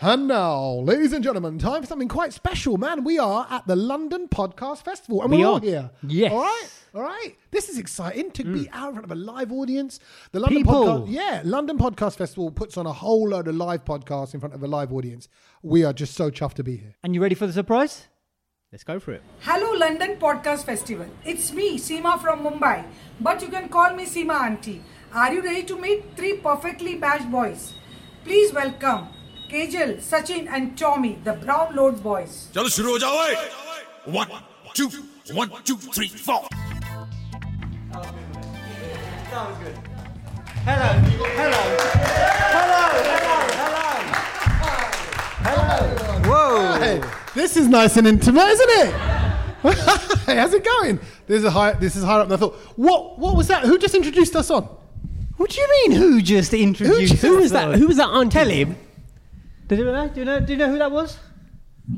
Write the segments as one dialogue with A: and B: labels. A: And now, ladies and gentlemen, time for something quite special, man. We are at the London Podcast Festival, and
B: We
A: we are all
B: are.
A: here.
B: Yes. Mm.
A: All right. All right. This is exciting to be out in front of a live audience. The London
B: People.
A: Podcast, yeah, London Podcast Festival puts on a whole load of live podcasts in front of a live audience. We are just so chuffed to be here.
B: And you ready for the surprise? Let's go for it.
C: Hello London Podcast Festival. It's me, Seema from Mumbai, but you can call me Seema Auntie. Are you ready to meet three perfectly matched boys? Please welcome Kajal, Sachin, and Tommy, the Brown Lord Boys.
D: चलो शुरू हो जाओ ओए। One, two, one, two, three, four.
E: Hello, hello, hello, hello, hello, hello. Whoa.
A: Hey, this is nice and intimate, isn't it? hey, how's it going? This is higher. This is higher up than I thought. What? What was that? Who just introduced us on?
B: What do you mean? Who just Oh. introduced?
A: Who
B: us
F: was that?
B: on?
F: Who was that auntie?
B: Tell him. Did you know? Do you know? Do you know who that was?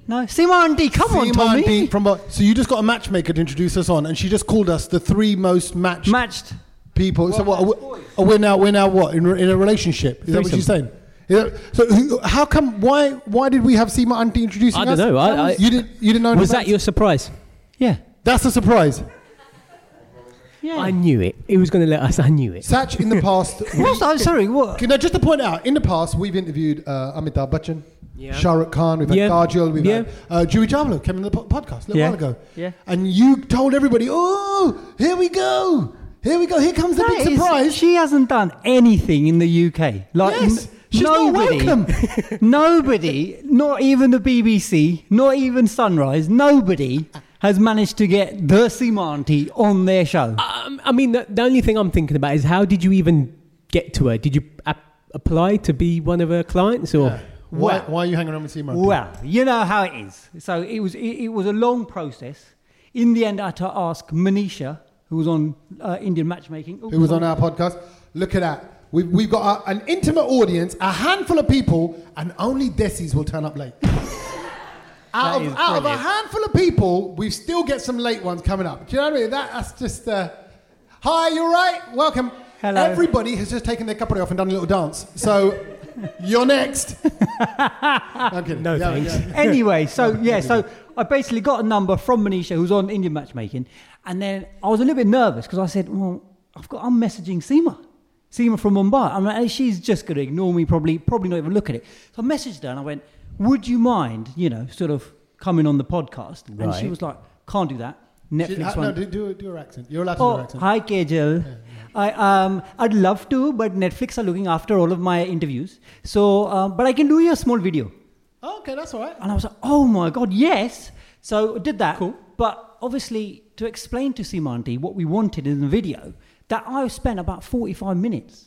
B: No, Seema Auntie. Come on,
A: Seema
B: Tommy.
A: Deep from Bo- so you just got a matchmaker to introduce us on, and she just called us the three most matched
B: Matched.
A: people. so what? Are we, are we now? We're now what in, re- in a relationship? Is that what
F: Threesome.
A: she's saying? Is that- so who, how come? Why? Why did we have Seema Auntie introducing
F: I don't
A: us?
F: know, I-
A: That was-
F: I-
A: you didn't. You didn't know. in
F: Was that
A: advance?
F: your surprise?
B: Yeah.
A: That's a surprise.
B: Yeah.
F: I knew it. He was going to let us. I knew it.
A: Satch in the past.
B: What? I'm sorry. What?
A: Okay, now just to point out, in the past we've interviewed uh, Amitabh Bachchan,
F: Yeah.
A: Shah Rukh Khan, we've had
F: Yeah.
A: Kajol, we've had
F: Yeah.
A: uh, Jui Javlo came on the po- podcast a little
F: Yeah.
A: while ago,
B: Yeah.
A: and you told everybody, "Oh, here we go, here we go, here comes the
B: That
A: big
B: is-
A: surprise."
B: she hasn't done anything in the UK. Like
A: Yes,
B: n-
A: she's not
B: nobody,
A: welcome.
B: nobody, not even the BBC, not even Sunrise, nobody has managed to get the Simanti on their show.
F: Um, I mean, the, the only thing I'm thinking about is how did you even get to her? Did you ap- apply to be one of her clients or?
A: why, why are you hanging around with Seema?
B: Well, you know how it is. So it was it, it was a long process. In the end, I had to ask Manisha, who was on uh, Indian matchmaking.
A: who was on our podcast? Look at that. We've, we've got a, an intimate audience, a handful of people, and only Desi's will turn up late. out
B: is
A: of, out of a
B: brilliant.
A: handful of people, we still get some late ones coming up. Do you know what I mean? That, that's just. Uh, Hi, you're right. Welcome.
B: Hello.
A: Everybody has just taken their cuppa off and done a little dance. So you're next. I'm kidding.
F: No,
A: Yeah,
F: thanks.
A: yeah.
B: Oh, anyway, so yeah, so I basically got a number from Manisha, who's on Indian matchmaking, and then I was a little bit nervous because I said, "Well, I've got I'm messaging Seema, Seema from Mumbai. I'm like, she's just going to ignore me, probably, probably not even look at it." So I messaged her and I went, "Would you mind, you know, sort of coming on the podcast?" And she
F: Right.
B: was like, "Can't do that." Netflix
A: She- uh,
B: won't
A: no, do, do, do her accent. You're allowed to do her
B: Oh,
A: accent.
B: hi, Kajal. I um, I'd love to, but Netflix are looking after all of my interviews. So, um, but I can do you a small video.
A: Oh, okay, that's all right.
B: And I was like, oh my God, yes. So I did that. But obviously, to explain to Simanti what we wanted in the video, that I spent about 45
A: To
B: minutes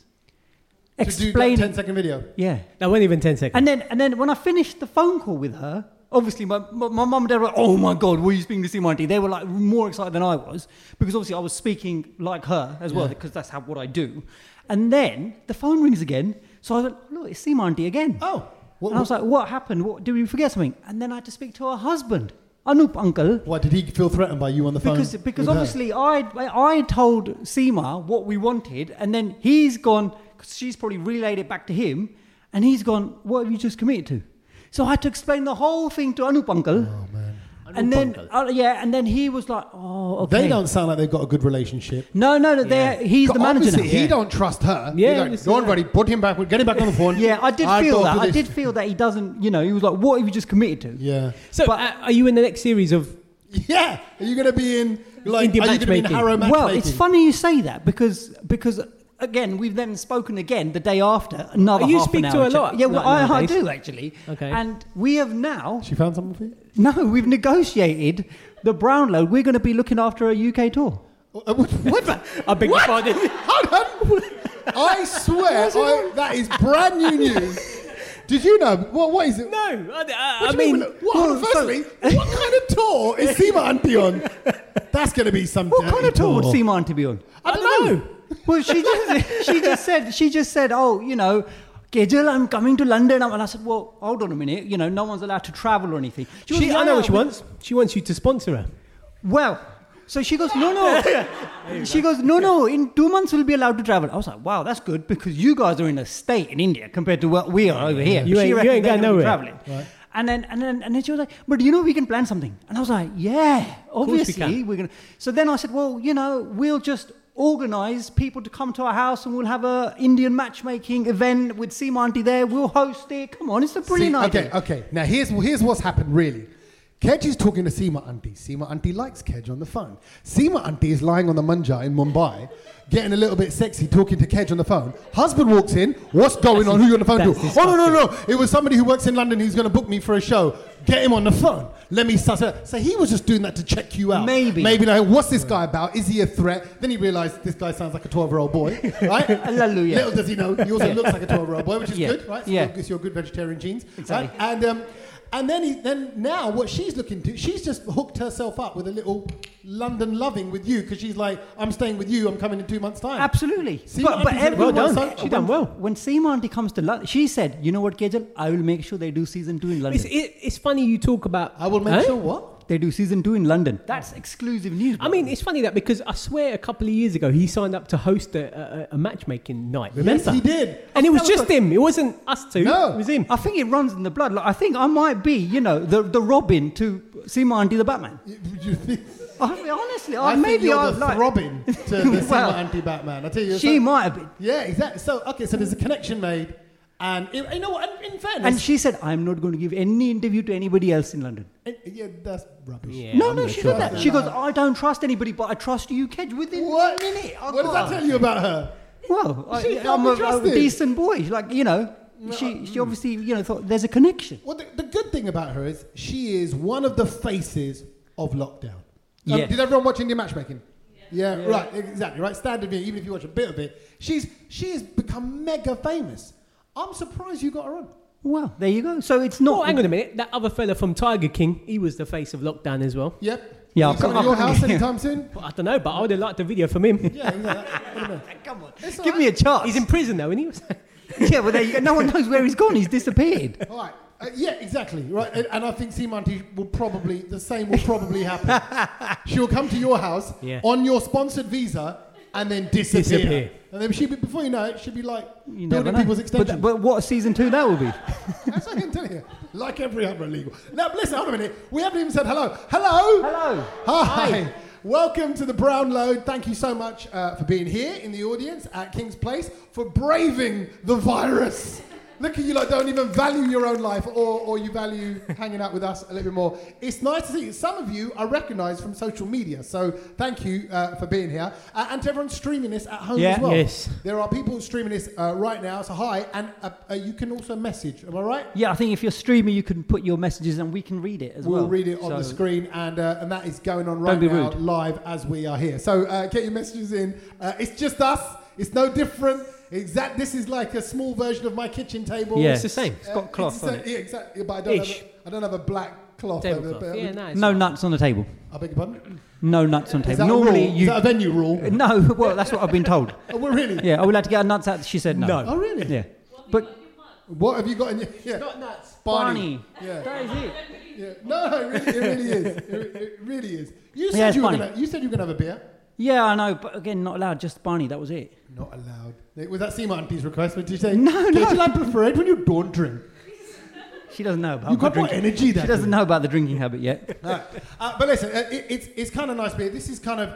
A: do a
B: explaining.
A: 10 second video.
B: yeah.
F: That wasn't even ten seconds.
B: And then, and then when I finished the phone call with her, obviously my, my, my mum and dad were like, oh my God, were you speaking to Simonti? They were like more excited than I was because obviously I was speaking like her as well because that's how, what I do. And then the phone rings again. So I went, look, it's Simonti again.
A: Oh. What-
B: and I was like, what happened? What, did we forget something? And then I had to speak to her husband, Anup uncle.
A: What did he feel threatened by you on the phone?
B: Because, because
A: with her?
B: obviously I I told Seema what we wanted, and then he's gone. Cause she's probably relayed it back to him, and he's gone. What have you just committed to? So I had to explain the whole thing to Anup Uncle. Oh man. and then uh, yeah, and then he was like, "Oh, okay."
A: they don't sound like they've got a good relationship.
B: No, no, no. They're, he's the manager.
A: Obviously,
B: now.
A: He don't trust her.
F: Yeah,
A: Yeah,
F: obviously,
A: don't worry. Put him back. Get him back on the phone.
B: Yeah, I did
A: I'll
B: feel
A: go
B: that.
A: for
B: I
A: this.
B: did feel that he doesn't. You know, he was like, "What have you just committed to?"
A: Yeah,
F: so,
B: but-
F: uh, are you in the next series of?
A: yeah. Are you gonna be in like?
F: Indian
A: are you gonna be in
F: matchmaking.
A: Harrow matchmaking?
B: Well, it's funny you say that because because again we've then spoken again the day after another.
F: You
B: half
F: speak
B: an
F: to
B: hour
F: her a
B: chat.
F: lot,
B: Yeah, well, I,
F: like
B: I
F: nowadays.
B: do actually.
F: Okay.
B: And we have now
A: She found something for you.
B: no, we've negotiated the Brownlow. We're going to be looking after a UK tour.
A: Uh, What? what?
F: I beg your pardon.
A: Hold on. I swear, I, that is brand new news. Did you know? What? What is it?
F: No, I, I,
A: What
F: I
A: do you
F: mean,
A: what,
B: well,
A: firstly, what kind of tour is Seema Auntie on? That's going to be some.
B: What kind
A: dirty
B: of Uh, tour would Seema to be on?
A: I don't know.
B: Well, she just she just said she just said, oh, you know. Kajal, I'm coming to London. And I said, well, hold on a minute. You know, no one's allowed to travel or anything.
F: she,
B: goes,
F: I
B: "Yeah,
F: know what she
B: but-
F: wants. She wants you to sponsor her.
B: Well, So she goes, no, no. she goes, no, no. In two months we'll be allowed to travel. I was like, wow, that's good because you guys are in a state in India compared to what we are over here.
F: You
B: She
F: ain't- you
B: reckoned
F: ain't
B: they're
F: got
B: gonna be
F: nowhere.
B: Traveling. And then and then and then she was like, but you know we can plan something. And I was like, yeah,
F: we
B: obviously
F: can.
B: we're gonna. So then I said, well, you know, we'll just organize people to come to our house and we'll have a Indian matchmaking event with Seema auntie there. We'll host it. Come on, it's a brilliant
A: See,
B: idea.
A: Okay, okay. Now here's here's what's happened really. Kedge is talking to Seema Auntie. Seema Auntie likes Kedge on the phone. Seema Auntie is lying on the manja in Mumbai, getting a little bit sexy, talking to Kedge on the phone. Husband walks in. What's going on? Who you on the phone to?
F: that's
A: Oh no no no! It was somebody who works in London who's going to book me for a show. Get him on the phone. Let me suss it. So he was just doing that to check you out.
B: Maybe.
A: Maybe like, what's this guy about? Is he a threat? Then he realised this guy sounds like a 12-year-old boy, right?
B: Hallelujah.
A: Little does he know, he also looks like a 12-year-old boy, which is
B: Yeah.
A: good, right? So
B: Yeah.
A: you're- it's your good vegetarian genes.
B: Exactly.
A: Right? And um, and then he, then now what she's looking to, she's just hooked herself up with a little London loving with you because she's like, I'm staying with you. I'm coming in two months' time.
B: Absolutely.
A: See
B: but
A: what
B: but
A: happens when one
B: everyone,
A: side-
F: She done well.
B: When Seema auntie comes to London, she said, "You know what, Kajal? I will make sure they do season two in London.
F: It's, it, it's funny you talk about.
A: I will make
F: Huh?
A: sure what?
B: they do season two in London. That's exclusive news.
F: I
B: bro.
F: mean, it's funny that because I swear a couple of years ago he signed up to host a, a, a matchmaking night. Remember?
A: Yes, he did.
F: And it was just him. It wasn't us two.
A: No.
F: It was him.
B: I think it runs in the blood. Like, I think I might be, you know, the, the Robin to Seema auntie the Batman.
A: You think-
B: I mean, honestly,
A: I
B: I, Oh, maybe
A: think you're
B: I
A: the
B: like.
A: throbbing to the
B: Well,
A: anti Batman. I tell you,
B: She
A: so-
B: might have been.
A: Yeah, exactly. So okay, so there's a connection made, and it- you know what? and In fairness,
B: And she said, "I'm not going to give any interview to anybody else in London."
A: it- yeah, that's rubbish.
B: no, no, she said
A: try
B: that.
A: that.
B: She goes, "I don't trust anybody, but I trust you, Kedge." Within
A: What?
B: one minute, I
A: What does
B: got-
A: that tell you about her?
B: Well, I,
A: She can't
B: I'm
A: be
B: a, I'm a
A: trusted.
B: decent boy. Like you know, she she obviously you know thought there's a connection.
A: Well, the, the good thing about her is she is one of the faces of lockdown. Um,
B: Yeah.
A: did everyone watch Indian matchmaking? Yeah. right, exactly, right. Standard view, even if you watch a bit of it, she's she has become mega famous. I'm surprised you got her on.
B: Well, there you go. So it's not.
F: Oh, hang on a minute. That other fella from Tiger King, he was the face of lockdown as well.
A: Yep.
B: Yeah,
A: Are you
B: I've got-
A: coming to
B: I've
A: your
B: got-
A: house anytime soon?
F: But I don't know, but I would have liked a video from him.
A: Yeah, exactly. Wait a minute.
B: Come on,
A: It's
B: give
A: all
B: me a
A: right.
B: chance.
F: He's in prison though, isn't he?
B: yeah, well, there you go. no one knows where he's gone. He's disappeared.
A: All right. Uh, yeah, exactly. Right, and, and I think Seamonty will probably the same will probably happen. she will come to your house
F: Yeah.
A: on your sponsored visa and then disappear.
F: Disappear.
A: And then she will be before you know it, she'd be like
B: You never
A: building
B: know.
A: people's
B: But,
A: extensions.
B: but what season two that will be?
A: That's what I can tell you. Like every other illegal. Now listen, hold on a minute. We haven't even said hello. Hello.
B: Hello.
A: Hi. Welcome to the Brown Load. Thank you so much uh, for being here in the audience at King's Place for braving the virus. Look at you like don't even value your own life or, or you value hanging out with us a little bit more. It's nice to see you. Some of you are recognised from social media, so thank you uh, for being here. Uh, and to everyone streaming this at home
B: Yeah.
A: as well.
F: Yes.
A: There are people streaming this uh, right now, so hi. And uh, uh, you can also message, am I right?
B: Yeah, I think if you're streaming, you can put your messages and we can read it as well.
A: We'll read it on the
B: So-
A: screen, and uh, and that is going on right
B: be
A: now,
B: rude.
A: live as we are here. So uh, get your messages in. Uh, it's just us. It's no different. Exact. This is like a small version of my kitchen table.
B: Yeah.
F: It's the same. It's
A: Uh,
F: got cloth
A: it's
F: on
A: the
F: it.
A: same- Yeah, exactly. But I don't, have
F: Ish.
A: a, I don't have a black cloth. over
F: Tablecloth.
A: there, but-
F: Yeah, no, it's
B: No
F: fine.
B: nuts on the table.
A: I beg your pardon.
B: No nuts on the
A: Is
B: table.
A: that a
B: Normally
A: rule?
B: you.
A: Is that a venue
F: Uh,
A: rule?
B: no, well, that's what I've been told.
A: Oh, well, really?
B: Yeah, I would like to get our nuts out. She said no.
F: No.
A: Oh, really?
B: Yeah, but
A: What have you got in your? Yeah.
F: Not nuts.
B: Barney.
A: Yeah.
B: That is it.
A: yeah. No, it really, it really is. It, re- it really is. You said
B: Yeah, it's
A: you were
B: funny.
A: gonna. You said you were gonna have a beer.
B: Yeah, I know, but again, not allowed. Just Barney. That was it.
A: Not allowed. Was that Seema Auntie's request? What Did you say?
B: No,
A: Did
B: no.
A: you like prefer it when you don't drink?
B: She doesn't know about.
A: You
B: the
A: got more
B: drinking-
A: energy that
B: She doesn't
A: way.
B: know about the drinking habit yet.
A: No. Uh, but listen, uh, it, it's, it's kind of nice beer. This is kind of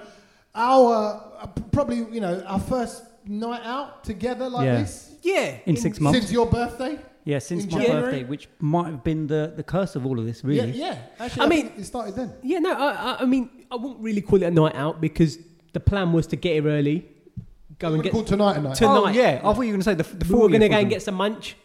A: our, uh, probably, you know, our first night out together like
B: Yeah.
A: this.
F: Yeah.
B: In six months.
A: Since your birthday?
B: yeah, since
A: In
B: my
A: January?
B: birthday, which might have been the, the curse of all of this,
A: Yeah,
B: really.
A: yeah. Actually,
F: I
A: I,
F: mean-
A: mean, it started then.
F: Yeah, no, I, I- I mean, I wouldn't really call it a night out because the plan was to get here early, go and
A: We're
F: get.
A: called tonight and night.
B: Oh,
F: Tonight.
B: yeah. I thought you were going to say the, the
F: we were
B: 40th
F: going to go
B: or
F: and get
B: something.
F: some lunch.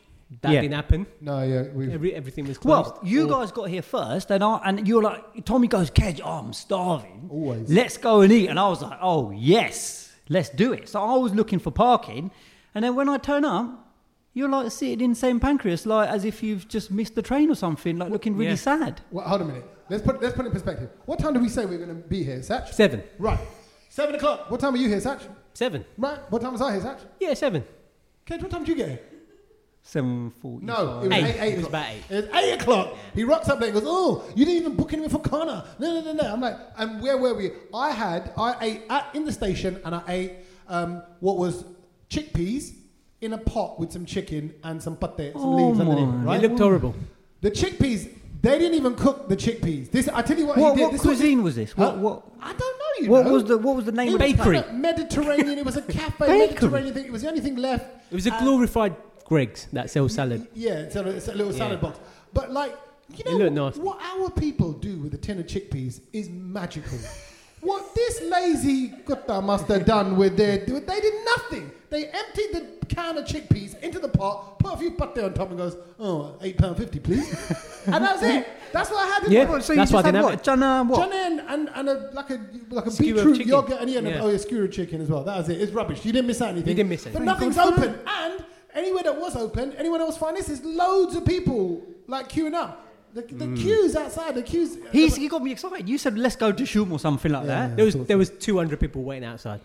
F: That
B: Yeah.
F: didn't happen.
A: No, yeah. We've,
F: Every, everything was closed.
B: Well, you guys got here first, and I, and you were like, Tommy goes, Kedge, oh, I'm starving.
A: Always.
B: Let's go and eat. And I was like, oh, yes, let's do it. So I was looking for parking, and then when I turn up, you're like sitting in St Pancras, like as if you've just missed the train or something, like looking really
F: Yeah.
B: sad.
A: well, hold a minute. Let's put, let's put it in perspective. What time do we say we're going to be here, Satch?
F: Seven.
A: Right. Seven o'clock. What time are you here, Satch?
F: Seven.
A: Right. What time was I here, Satch?
F: Yeah, seven.
A: Kate, what time did you get here?
B: seven forty.
A: No, it was
B: eight.
A: eight, eight,
F: It was
A: o'clock.
F: about eight.
A: It was eight o'clock. He rocks up late and goes, "Oh, you didn't even book anything for Connor." No, no, no, no. I'm like, and where were we? I had I ate at, in the station and I ate um, what was chickpeas in a pot with some chicken and some pate, some
B: Oh
A: leaves
B: my.
A: underneath. Right?
F: It looked horrible.
A: The chickpeas. They didn't even cook the chickpeas. This I tell you what.
B: What-
A: he did.
B: what
A: this
B: cuisine was this? What-
A: Huh?
B: what-
A: I don't know. You
B: What
A: know.
B: was the- what was the name
A: It
B: of
A: was
B: the
A: kind
B: bakery?
A: Mediterranean. It was a cafe.
B: Bakery.
A: Mediterranean thing. It was the only thing left.
F: It was a glorified Greg's that sells salad.
A: Yeah, it's a, it's a little salad box. But like, you
F: It
A: know,
F: looked nasty.
A: what our people do with a tin of chickpeas is magical. what this lazy gutta must have done with their, they did nothing. They emptied the can of chickpeas into the pot, put a few pate on top, and goes, oh, eight pound fifty, please. and that's it. That's what I had. in
F: Yeah,
A: my-
B: So
F: That's
B: you
F: why I
B: just had
F: didn't have
B: what?
F: it.
B: Chana, what?
A: John and, and, and a, like a like a
F: Skewer of
A: beetroot
F: chicken.
A: yogurt and, yeah, and a-
F: Yeah.
A: oh yeah, skewer of chicken as well. That was it. It's rubbish. You didn't miss out anything.
F: You didn't miss it.
A: But
F: Thank
A: nothing's
B: God for
A: open. And anywhere that was open, anyone else find this? There's loads of people like queuing up. The, the queues outside. The queues.
B: Mm. He's, he got me excited. You said let's go to Shum or something like that.
F: There was there was 200 people waiting outside.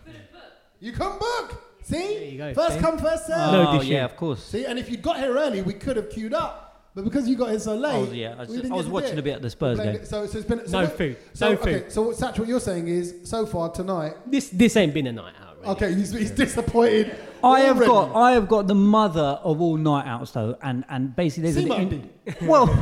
A: you come book. See,
F: you go,
A: first
F: see?
A: come, first serve.
F: No
B: oh,
F: dish
B: yeah,
F: in.
B: of course.
A: See, and if you'd got here early, we could have queued up. But because you got here so late,
B: I was- Oh, yeah, I
A: we
B: was just-
A: didn't
B: I
A: get
B: was
A: to do
B: watching
A: it.
B: a bit of the Spurs
A: Blamed
B: game.
A: it. So, so it's been so
F: No
A: what-
F: food.
A: So,
F: No
A: okay,
F: food.
A: So what- Satch, what you're saying is, so far tonight,
F: This this ain't been a night out. Really.
A: okay, he's, he's disappointed.
B: I have
A: already.
B: got I have got the mother of all night outs though, and and basically there's
A: Seaman
B: an well.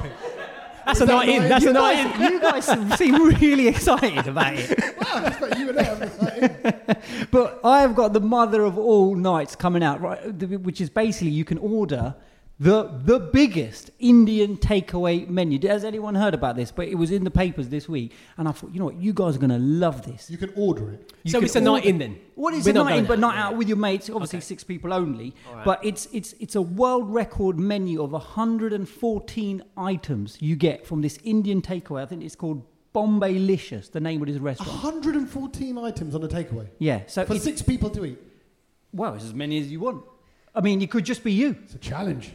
F: That's a night in. That's a
B: you,
F: night
B: guys,
F: in.
B: you guys seem really excited about it,
A: Wow, that's like you and I. have, like,
B: but I have got the mother of all nights coming out, right? the- Which is basically you can order the the biggest Indian takeaway menu. Has anyone heard about this? But it was in the papers this week, and I thought, you know what, you guys are going to love this.
A: You can order it.
B: You
F: So
B: can
F: it's a night
B: order-
F: in then.
B: What is
F: We're
B: a night in,
F: going
B: but
F: out.
B: night out with your mates? Obviously, six people only. But it's it's it's a world record menu of 114 items you get from this Indian takeaway. I think it's called Bombay Licious, the name of this restaurant.
A: 114 items on a takeaway
B: Yeah. So
A: for
B: it's,
A: six people to eat.
B: Ah. well, it's as many as you want. I mean, it could just be you.
A: It's a challenge.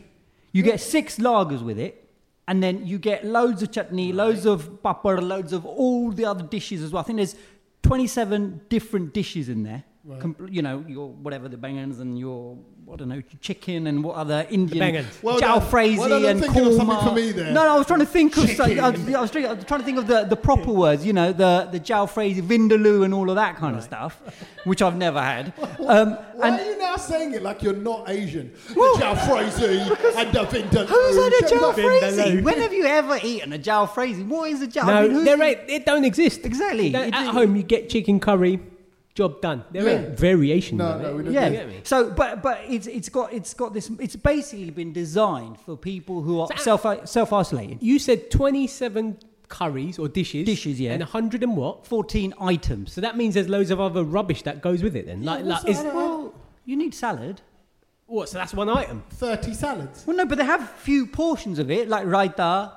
B: You get six lagers with it, and then you get loads of chutney, loads of papad, loads of all the other dishes as well. I think there's 27 different dishes in there. Compl- you know, your whatever the bangans and your I don't know chicken and what other Indian
F: bangans.
A: Well done.
B: jalfrezi
A: Well done, I'm
B: and
A: thinking of something
B: korma.
A: for me there.
B: No, no, I was trying to think of. something. I, was,
A: Chicken.
B: I, was trying, I was trying to think of the, the proper words. You know, the the jalfrezi, vindaloo, and all of that kind of stuff, which I've never had. Um,
A: Why
B: and
A: are you now saying it like you're not Asian? The Jalfrezi and the Vindaloo.
B: Who's had a
F: Vindaloo.
B: jalfrezi? When have you ever eaten a jalfrezi? What is a jalfrezi? I mean,
F: No,
B: who's-
F: there ain't. It don't exist.
B: Exactly.
F: No,
B: It
F: at
B: didn't-
F: home, you get chicken curry. Job done. There
A: Yeah.
F: ain't variation.
A: No,
F: of
A: no,
F: it.
A: we don't
B: Yeah.
A: do
F: get me?
B: So, but but it's it's got it's got this. It's basically been designed for people who are
F: So-
B: self self isolating.
F: You said 27 curries or dishes.
B: Dishes, yeah.
F: And 100 and what?
B: Fourteen items.
F: So that means there's loads of other rubbish that goes with it then. Like,
A: what's
F: like is,
A: that?
B: Well, you need salad.
F: what? So that's one item.
A: 30 salads.
B: Well, no, but they have few portions of it, like raita,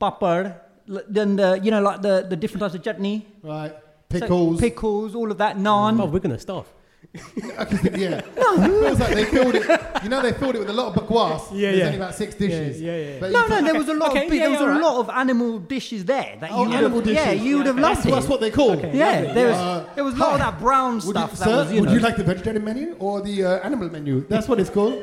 B: papad, l- then the you know like the the different types of chutney,
A: Right.
B: So
A: Pickles.
B: pickles, all of that, naan.
F: Oh, we're gonna starve.
A: yeah. It feels like they filled it. You know, they filled it with a lot of bakwas.
F: Yeah,
A: There's
F: yeah.
A: only about six dishes.
F: Yeah, yeah, yeah.
A: But
B: No,
A: you-
B: no, there
F: Okay,
B: was a lot.
F: okay,
B: of, big-
F: yeah,
B: there was
F: yeah,
B: a
F: right.
B: lot of animal dishes there that
A: Oh,
B: you would
A: animal
B: have,
A: dishes.
B: Yeah, you would have
A: That's,
B: loved it.
A: that's what they call.
B: yeah, there was,
A: Uh,
B: there was a lot of
A: hi.
B: that brown
A: Would you,
B: stuff. that
A: sir,
B: was, you
A: would
B: know.
A: you like the vegetarian menu or the uh, animal menu? That's what it's called.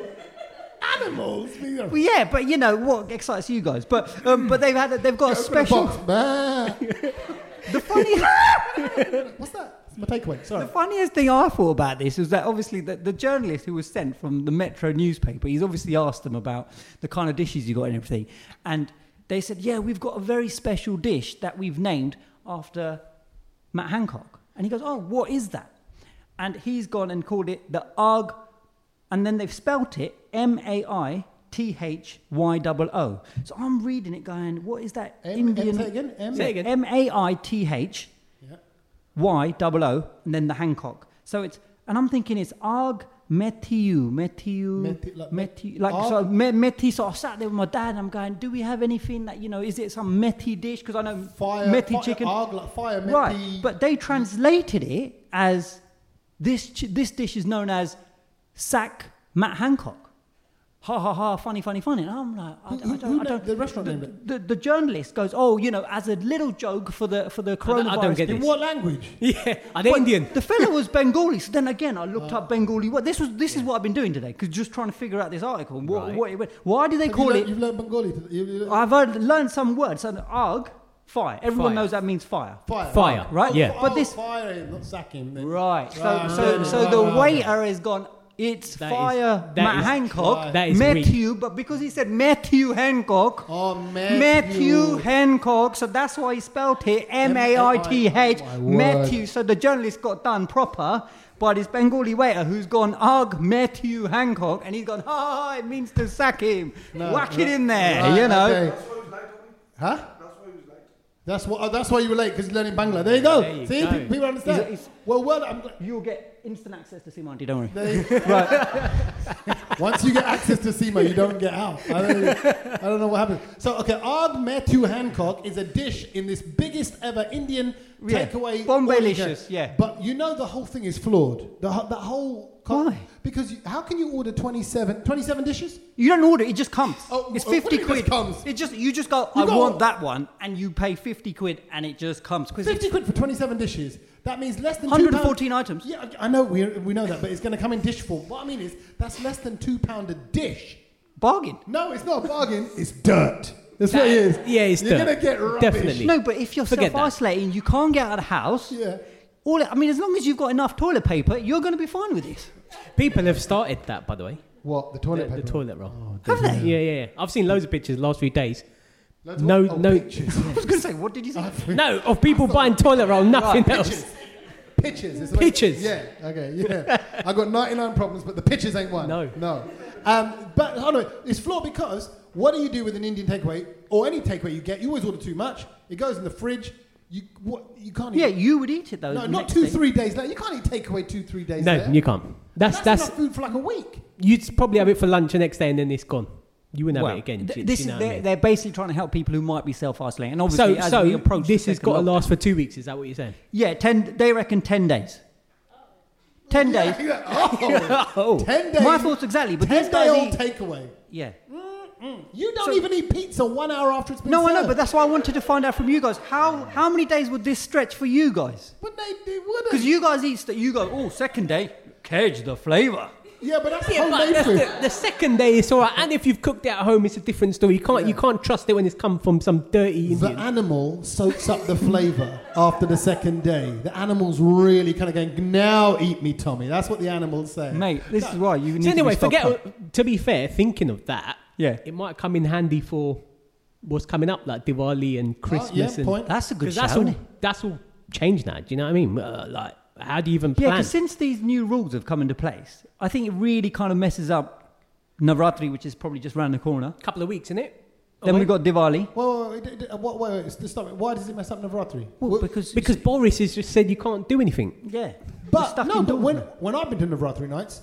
A: Animals. we are-
B: Well, yeah, but you know what excites you guys. But um, but they've had a, they've got a
A: Open the
B: special.
A: box. Bah.
B: The funny.
A: What's that? It's my takeaway. Sorry.
B: The funniest thing I thought about this was that obviously the, the journalist who was sent from the Metro newspaper, he's obviously asked them about the kind of dishes you got and everything. And they said, yeah, we've got a very special dish that we've named after Matt Hancock. And he goes, oh, what is that? And he's gone and called it the Arg, and then they've spelt it M A I T H Y double O. So I'm reading it going, what is that
A: M- M-
B: Indian?
A: say again, M-
F: Say again.
B: M A I T H Y double O and then the Hancock. So it's and I'm thinking it's Arg Metiu Metiu
A: Meti- like-
B: Meti like
A: Arg-
B: so me, Meti. So I sat there with my dad. and I'm going, do we have anything that you know? Is it some Meti dish? Because I know
A: fire,
B: Meti
A: fire,
B: chicken.
A: arg, like fire, meti.
B: right, but they translated it as this. Ch- this dish is known as Sack Matt Hancock. ha ha ha, funny, funny, funny. And I'm like, I,
A: Who-
B: I don't,
A: who
B: I
A: named-
B: don't.
A: the restaurant
B: the,
A: named it?
B: the, the journalist goes, oh, you know, as a little joke for the for the
F: don't-
B: coronavirus.
F: I don't get
B: thing."
F: this.
A: What language?
F: Yeah, are they
B: But
F: Indian?
B: The fellow was Bengali. So then again, I looked
A: Ah.
B: up Bengali. What this was? This is what I've been doing today, because just trying to figure out this article. What,
F: Right.
B: what it went, Why do they
A: Have you
B: call
A: learnt-
B: it? Uh,
A: You've learned Bengali. today? You- you-
B: I've heard, learned some words. So arg, fire. Everyone
F: Fire.
B: knows that means fire.
A: Fire. Oh,
F: Fire,
B: right?
F: Yeah.
B: But this-
A: fire him, not sack him. then.
B: Right. So,
A: Right,
B: so,
A: right,
B: so
A: right,
B: the
A: right.
B: waiter has gone. It's
F: That is-
B: fire,
F: that
B: Matt
F: is-
B: Hancock.
F: Right. that is
B: Matthew, but because he said Matthew Hancock,
A: Oh, Matthew.
B: Matthew Hancock. So that's why he spelt it M A I T H.
A: Oh, my word.
B: Matthew. So the journalist got done proper by this Bengali waiter who's gone arg Matthew Hancock, and he's gone ha. Oh, it means to sack him. Whack it in there,
A: Right,
B: you know.
A: okay. Huh? That's what. Oh, that's why you were late because you're learning Bangla. There you go.
F: There you
A: See,
F: go.
A: pe- people understand.
B: It's- it's-
A: well, well, I'm gl-
B: You'll get instant access to Simonti. Don't worry.
A: they, once you get access to SEMA, you don't get out. I don't, I don't know what happened. So, okay, Arg Metu Hancock is a dish in this biggest ever Indian
B: Yeah.
A: takeaway.
B: Bombay
A: order.
B: licious, yeah.
A: But you know the whole thing is flawed. The, ho- that whole. con-
B: Why?
A: Because you, how can you order 27, 27 dishes?
B: You don't order; it just comes.
A: Oh,
B: it's
A: oh, what do
B: fifty
A: you mean
B: quid.
A: just comes?
B: It just you just go.
A: You
B: I
A: go-
B: want that one, and you pay fifty quid, and it just comes. 'Cause it's-
A: 50 quid for 27 dishes. That means less than
B: 114
A: £2.
B: items.
A: Yeah, I I know, we, we know that, but it's going to come in dish form. What I mean is, that's less than £2 a dish.
B: bargain.
A: No, it's not a bargain, it's dirt. That's what it is.
F: yeah, it's
A: You're
F: dirt.
A: going to get rubbish.
F: Definitely.
B: No, but if you're
F: Forget that.
B: self-isolating, you can't get out of the house.
A: Yeah.
B: All I mean, as long as you've got enough toilet paper, you're going to be fine with this.
F: People have started that, by the way.
A: What, the
F: The,
A: toilet
F: the
A: paper? Oh,
F: toilet roll.
B: Have they?
F: Yeah, yeah, yeah. I've seen loads of pictures the last few days.
A: Let's
F: No,
A: oh,
F: no.
A: Pitches.
B: I was going to say, what did you say?
F: No, of people buying toilet roll, nothing else.
A: pitches. Pitches. Is the way-
F: Pitches.
A: Yeah. Okay. Yeah. I got 99 problems, but the pitches ain't one.
F: No.
A: No. Um, but hold on. It's flawed because what do you do with an Indian takeaway or any takeaway you get? You always order too much. It goes in the fridge. You what? You can't.
B: Yeah,
A: Eat,
B: you would eat it though.
A: no,
B: the
A: not
B: next
A: two,
B: day.
A: three days later. You can't eat takeaway two, three days.
F: No,
A: later.
F: you can't. That's
A: That's,
F: that's,
A: enough food for like a week.
F: you'd probably have it for lunch the next day and then it's gone. You wouldn't have
B: Well,
F: it again.
B: th-
F: do- do
B: this
F: you
B: is
F: know what I
B: they're,
F: mean?
B: they're basically trying to help people who might be self-isolating. And obviously,
F: so
B: as
F: so
B: we approach,
F: this
B: the
F: has
B: second
F: got to
B: lockdown-
F: last for two weeks. Is that what you're saying?
B: Yeah, ten. They reckon ten days. Ten days.
A: oh, 10 days.
B: My thoughts exactly, but these
A: ten day
B: guys
A: old
B: eat-
A: takeaway.
B: Yeah.
A: You don't
B: So-
A: even eat pizza one hour after it's been
B: No, I
A: served.
B: know, but that's why I wanted to find out from you guys. How how many days would this stretch for you guys?
A: But they, they wouldn't.
B: Because you guys eat that you go, oh, second day, cage the flavour.
A: yeah, but that's
F: Yeah, but
A: homemade
F: that's
A: food.
F: the, the second day is all right. And if you've cooked it at home, it's a different story. You can't you can't trust it when it's come from some dirty
A: The
F: Indian.
A: animal soaks up the flavour after the second day. The animal's really kind of going, now eat me, Tommy. That's what the animal's saying.
B: Mate, this is why you need
F: so anyway,
B: to be
F: forget.
B: stocked up.
F: To be fair, thinking of that,
B: Yeah.
F: it might come in handy for what's coming up, like Diwali and
A: Oh, yeah,
F: Christmas. and,
A: point.
B: That's a good
F: Because
B: shout.
F: that's all that's all changed now. Do you know what I mean? Uh, like, how do you even
B: Yeah,
F: plan?
B: because since these new rules have come into place, I think it really kind of messes up Navratri, which is probably just round the corner.
F: couple of weeks, isn't it?
B: Then we've got Diwali.
A: Well, wait, wait, wait, wait, wait, wait, stop it. Why does it mess up Navratri?
B: Well, because
F: Because Boris has just said you can't do anything.
B: yeah, we're
A: But
B: stuck
A: no, but
B: indoors
A: when,
B: now.
A: when I've been to Navratri nights,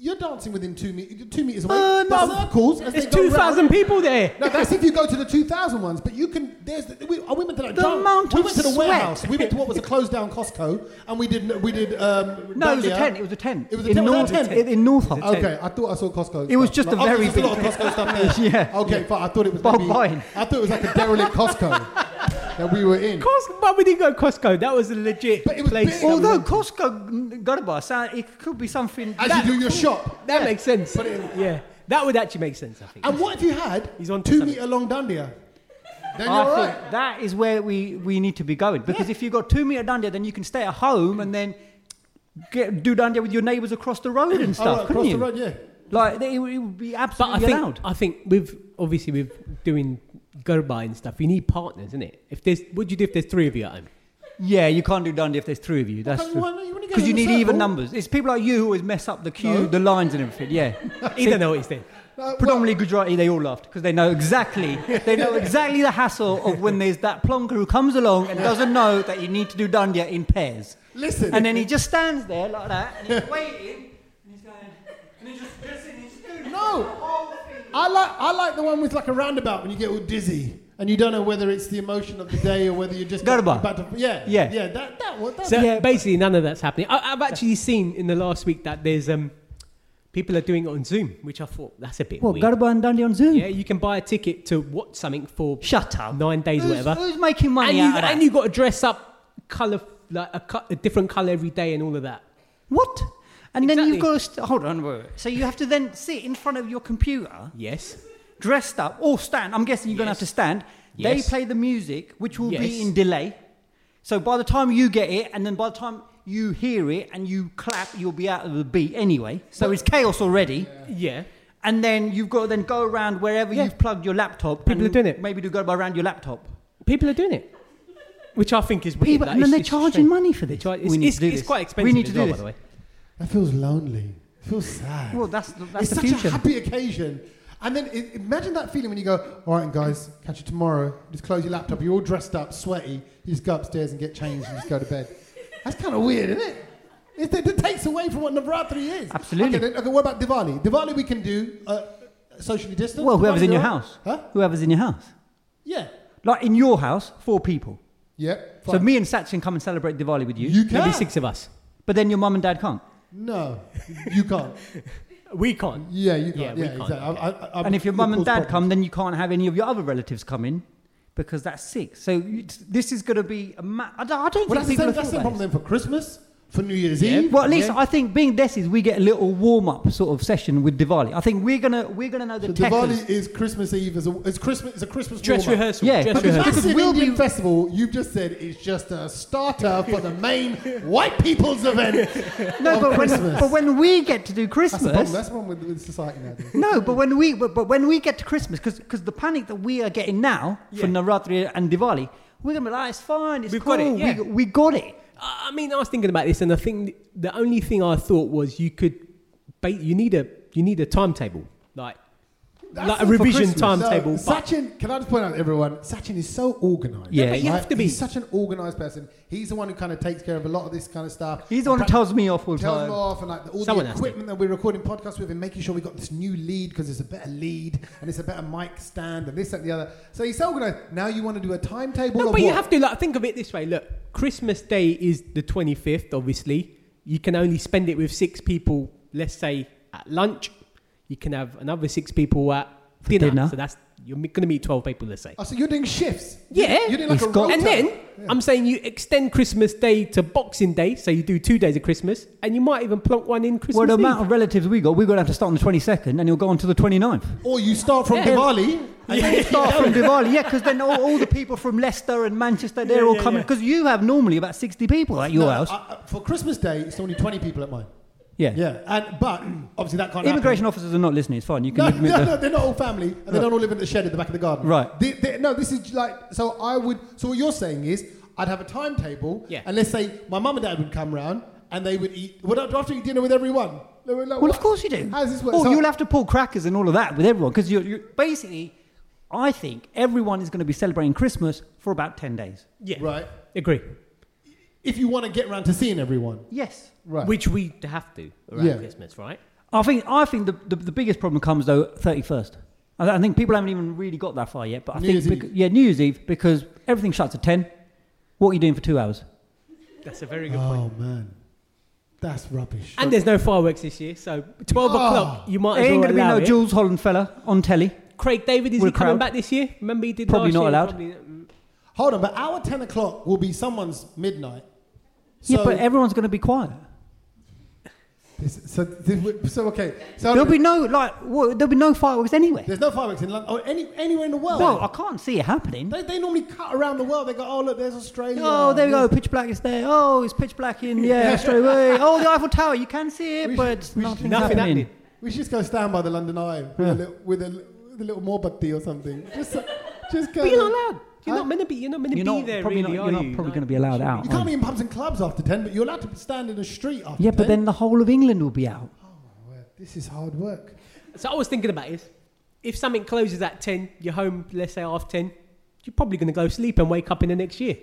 A: you're dancing within two, me- two metres away.
F: Uh,
A: the
F: no.
A: circles. As
F: There's
A: they go round-
F: 2,000 people there.
A: No, that's if you go to the 2000 ones, but you can. There's the, we, oh, we went to that
B: The
A: giant-
B: amount
A: We
B: of
A: went to the
B: sweat.
A: warehouse. We went to what was a closed down Costco, and we did we did. Um,
B: no, it was a
A: Dandia.
B: tent. It was a tent.
A: It was a
B: in
A: tent. Was
B: North,
A: that a tent?
B: in, in North Hull.
A: Okay, I thought I saw Costco.
B: It was
A: stuff.
B: just a
A: oh,
B: very
A: there's a lot
B: big
A: of Costco stuff there.
B: Yeah.
A: Okay, fine. I thought it was
B: Bob
A: maybe,
B: Vine.
A: I thought it was like a derelict Costco that we were in.
F: Costco, but we didn't go Costco. That was a legit
A: But it was
F: place.
A: big.
F: that we
B: Although
F: went to.
B: Costco Garba, sound- it could be something.
A: As
B: that-
A: you do your shop.
F: that makes sense.
A: But it-
F: yeah, that would actually make sense. I think.
A: And what if you had
F: He's on to
A: two
F: something.
A: meter long Dandia? Then you're
B: I
A: all
B: think
A: right.
B: that is where we, we need to be going because if you've got two meter dandia, then you can stay at home and then get, do dandia with your neighbours across the road and
A: All
B: stuff,
A: Oh, right,
B: couldn't
A: across
B: you?
A: the road, yeah.
B: Like they- it, would- it would be
F: But I
B: absolutely
F: think
B: allowed.
F: I think with obviously with doing Gerba and stuff, you need partners, isn't it? If there's, what do you do if there's three of you at home?
B: yeah, you can't do dandia if there's three of you. That's
A: Okay,
B: true.
A: why not? You wanna go
B: because you
A: in a
B: need
A: circle.
B: even numbers. It's people like you who always mess up the queue,
A: No.
B: the lines, and everything. Yeah,
F: He don't know what he's doing.
A: Uh,
B: predominantly Gujarati. They all laughed because they know exactly they know exactly the hassle of when there's that plonker who comes along and doesn't know that you need to do dandia in pairs.
A: Listen.
B: And then he just stands there like that, and he's waiting, and he's going, and he's just dressing, he's doing
A: No.
B: the whole thing.
A: I like I like the one with like a roundabout when you get all dizzy and you don't know whether it's the emotion of the day or whether you're just
B: Garba.
A: about to yeah
B: Yeah.
A: yeah that that one that,
F: So
B: Yeah.
F: basically, none of that's happening. I, I've actually seen in the last week that there's um, people are doing it on Zoom, which I thought that's a bit
B: What,
F: weird.
B: Garba and Dundee on Zoom?
F: yeah, you can buy a ticket to watch something for
B: Shut up.
F: nine days or
B: Who's,
F: whatever.
B: who's making
F: and
B: money
F: you
B: out of that?
F: and you got to dress up color like a, co- a different color every day and all of that.
B: What? And then
F: Exactly.
B: you've got to st- hold on. wait, wait. So you have to then sit in front of your computer,
F: Yes.
B: dressed up, or stand. I'm guessing you're going to have to
F: Yes.
B: stand.
F: Yes.
B: They play the music, which will
F: Yes.
B: be in delay. So by the time you get it, and then by the time you hear it and you clap, you'll be out of the beat anyway. So it's chaos already.
F: Yeah.
B: And then you've got to then go around wherever
F: Yeah.
B: you've plugged your laptop.
F: People
B: and
F: are doing it.
B: Maybe do go around your laptop.
F: People are doing it, which I think is weird.
B: People,
F: like,
B: and then
F: it's-
B: they're
F: it's
B: charging
F: strange.
B: money for this.
F: Charge-
B: We
F: It's,
B: need
F: it's,
B: to do
F: it's
B: this.
F: quite expensive.
B: We need to
F: as
B: do
F: well,
B: this.
F: by the way.
A: That feels lonely. It feels sad.
B: Well, that's the, that's
A: it's
B: the
A: such
B: future.
A: a happy occasion. And then i imagine that feeling when you go, all right, guys, catch you tomorrow. Just close your laptop. You're all dressed up, sweaty. You just go upstairs and get changed and just go to bed. That's kind of weird, isn't it? It, it, takes away from what Navratri is.
B: Absolutely.
A: Okay, then, okay, what about Diwali? Diwali we can do uh, socially distant.
B: Well, whoever's
A: Diwali,
B: in your
A: all right?
B: house.
A: Huh?
B: Whoever's in your house.
A: Yeah.
B: Like in your house, four people.
A: Yep.
B: So
A: fine.
B: me and Sachin come and celebrate Diwali with you.
A: You
F: There'll be
A: can.
F: six of us.
B: But then your mum and dad can't.
A: No, you can't.
F: We can't.
A: Yeah, you can't.
F: Yeah,
A: Yeah,
F: we can't,
A: exactly. I-
F: okay.
A: I- I- I-
B: and if your
A: it
B: mum and
A: causes
B: dad
A: problems.
B: come, then you can't have any of your other relatives come in because that's six. So you, this is going to be a ma- I don't, I don't
A: well, that's
B: think
A: the
B: people
A: same.
B: are
A: That's the
B: thought
A: same
B: about
A: problem then for Christmas, for New Year's
B: this.
A: Eve.
B: Well, at least
A: Yeah.
B: I think being Dessies, we get a little warm-up sort of session with Diwali. I think we're gonna we're gonna know the
A: So
B: techers.
A: Diwali is Christmas Eve. Is a it's Christmas. It's a Christmas
F: Dress
A: warm-up.
F: rehearsal.
B: Yeah,
F: Dress
A: But the
F: rehearsal.
B: because
A: massive
B: we'll
A: Indian
B: be-
A: festival you've just said is just a starter for the main white people's event.
B: No,
A: of
B: but when,
A: Christmas.
B: but when we get to do
A: that's the problem.
B: Christmas,
A: That's the problem with, with society nowadays.
B: No, but when we but, but when we get to Christmas, because the panic that we are getting now for
F: Yeah.
B: Navratri and Diwali, we're gonna be like, it's fine, it's
F: We've
B: cool,
F: got it, yeah.
B: we, we got it.
F: I I mean, I was thinking about this, and the thing, the only thing I thought was you could, ba- you need a, you need a timetable, like,
A: That's
F: like a
A: not for
F: revision
A: Christmas.
F: timetable.
A: No,
F: but-
A: Sachin, can I just point out to everyone? Sachin is so organised.
B: Yeah, Yeah, but
F: you have to be.
A: He's such an organised person. He's the one who kind of takes care of a lot of this kind of stuff.
B: He's the one who
A: Pra-
B: tells me off all the
A: tells me
B: time.
A: off and like all
F: Someone
A: the
F: has to.
A: equipment that we're recording podcasts with and making sure we got this new lead because it's a better lead and it's a better mic stand and this that, and the other. So he's so organized. Now you want to do a timetable?
F: No,
A: of
F: but you
A: what?
F: have to like think of it this way. Look, Christmas Day is the twenty fifth. Obviously, you can only spend it with six people. Let's say at lunch, you can have another six people at dinner.
B: dinner.
F: So that's you're going to meet twelve people. Let's say.
A: Oh, so you're doing shifts?
F: Yeah,
A: You're doing like
B: He's
A: a
B: got-
A: rotor.
F: and then I'm saying you extend Christmas Day to Boxing Day, so you do two days of Christmas, and you might even plonk one in Christmas.
B: Well, the amount
F: Eve.
B: of relatives we got, we're gonna have to start on the 22nd, and he'll go on to the 29th.
A: Or you start from
B: Yeah.
A: Diwali. And
B: And
A: then
B: then start from Diwali, yeah, because then all, all the people from Leicester and Manchester, they're all coming. Because you have normally about 60 people at your
A: No,
B: house.
A: I- I- for Christmas Day, it's only 20 people at mine.
B: yeah.
A: Yeah, and but obviously that can't.
B: Immigration
A: Happen.
B: officers are not listening, it's fine. You can
A: No,
B: admit
A: no,
B: that.
A: no, they're not all family, and they don't all live in the shed at the back of the garden.
B: Right.
A: They- they- no, this is like so. I would. So what you're saying is, I'd have a timetable.
F: Yeah.
A: And let's say my mum and dad would come round, and they would eat. Would I do I have to eat dinner with everyone? They were like,
B: Well,
A: what?
B: of course you do.
A: How does this work?
B: Or
A: So-
B: you'll have to pull crackers and all of that with everyone because you're, you're basically. I think everyone is going to be celebrating Christmas for about ten days.
F: yeah,
A: right.
F: agree.
A: If you want to get round to seeing everyone,
B: Yes,
A: right?
F: Which we have to around
A: Yeah.
F: Christmas, right?
B: I think. I think the, the, the biggest problem comes though thirty first. I, th- I think people haven't even really got that far yet. But I
A: New
B: think
A: Year's
B: bec-
A: Eve.
B: yeah, New Year's Eve because everything shuts at ten. What are you doing for two hours?
F: That's a very good point.
A: oh man, that's rubbish.
F: And there's no fireworks this year, so 12
A: Oh.
F: o'clock, you might
B: There
F: as
B: ain't
F: well
B: going to be
F: allow
B: no
F: it.
B: Jules Holland fella on telly.
F: Craig David, is
B: With
F: he
B: a
F: coming
B: crowd.
F: back this year? Remember he did
B: Probably
F: last
B: not
F: year, um,
B: allowed.
A: Hold on, but our 10 o'clock will be someone's midnight.
B: yeah, but everyone's going to be quiet.
A: This- so, this- so okay. So
B: There'll be no like. Well, there'll be no fireworks anywhere.
A: there's no fireworks in London or any, anywhere in the world.
B: No, I can't see it happening.
A: They, they normally cut around the world. They go, oh look, there's Australia.
B: Oh, there we go. Pitch black is there. Oh, it's pitch black in. Yeah, straight away. Oh, the Eiffel Tower. You can see it,
A: We
B: but
A: should- we should
B: nothing's
A: do
F: Nothing
B: happening.
F: happening.
A: We should just go stand by the London Eye with, a, little, with, a, with a little morbatti or something. Just, so- just go.
F: But you're not allowed. You're
A: Huh?
F: not meant to be. You're not meant to
B: You're
F: be
B: not
F: there.
B: probably
F: really,
B: not.
F: are
B: You're not
F: you?
B: probably
F: Like,
B: going to be allowed out.
A: You
B: are
A: can't be
B: you?
A: in pubs and clubs after 10, but you're allowed to stand in the street after
B: Yeah,
A: 10.
B: but then the whole of England will be out.
A: This is hard work.
F: So I was thinking about is, if something closes at ten, you're home. Let's say half ten. You're probably going to go sleep and wake up in the next year.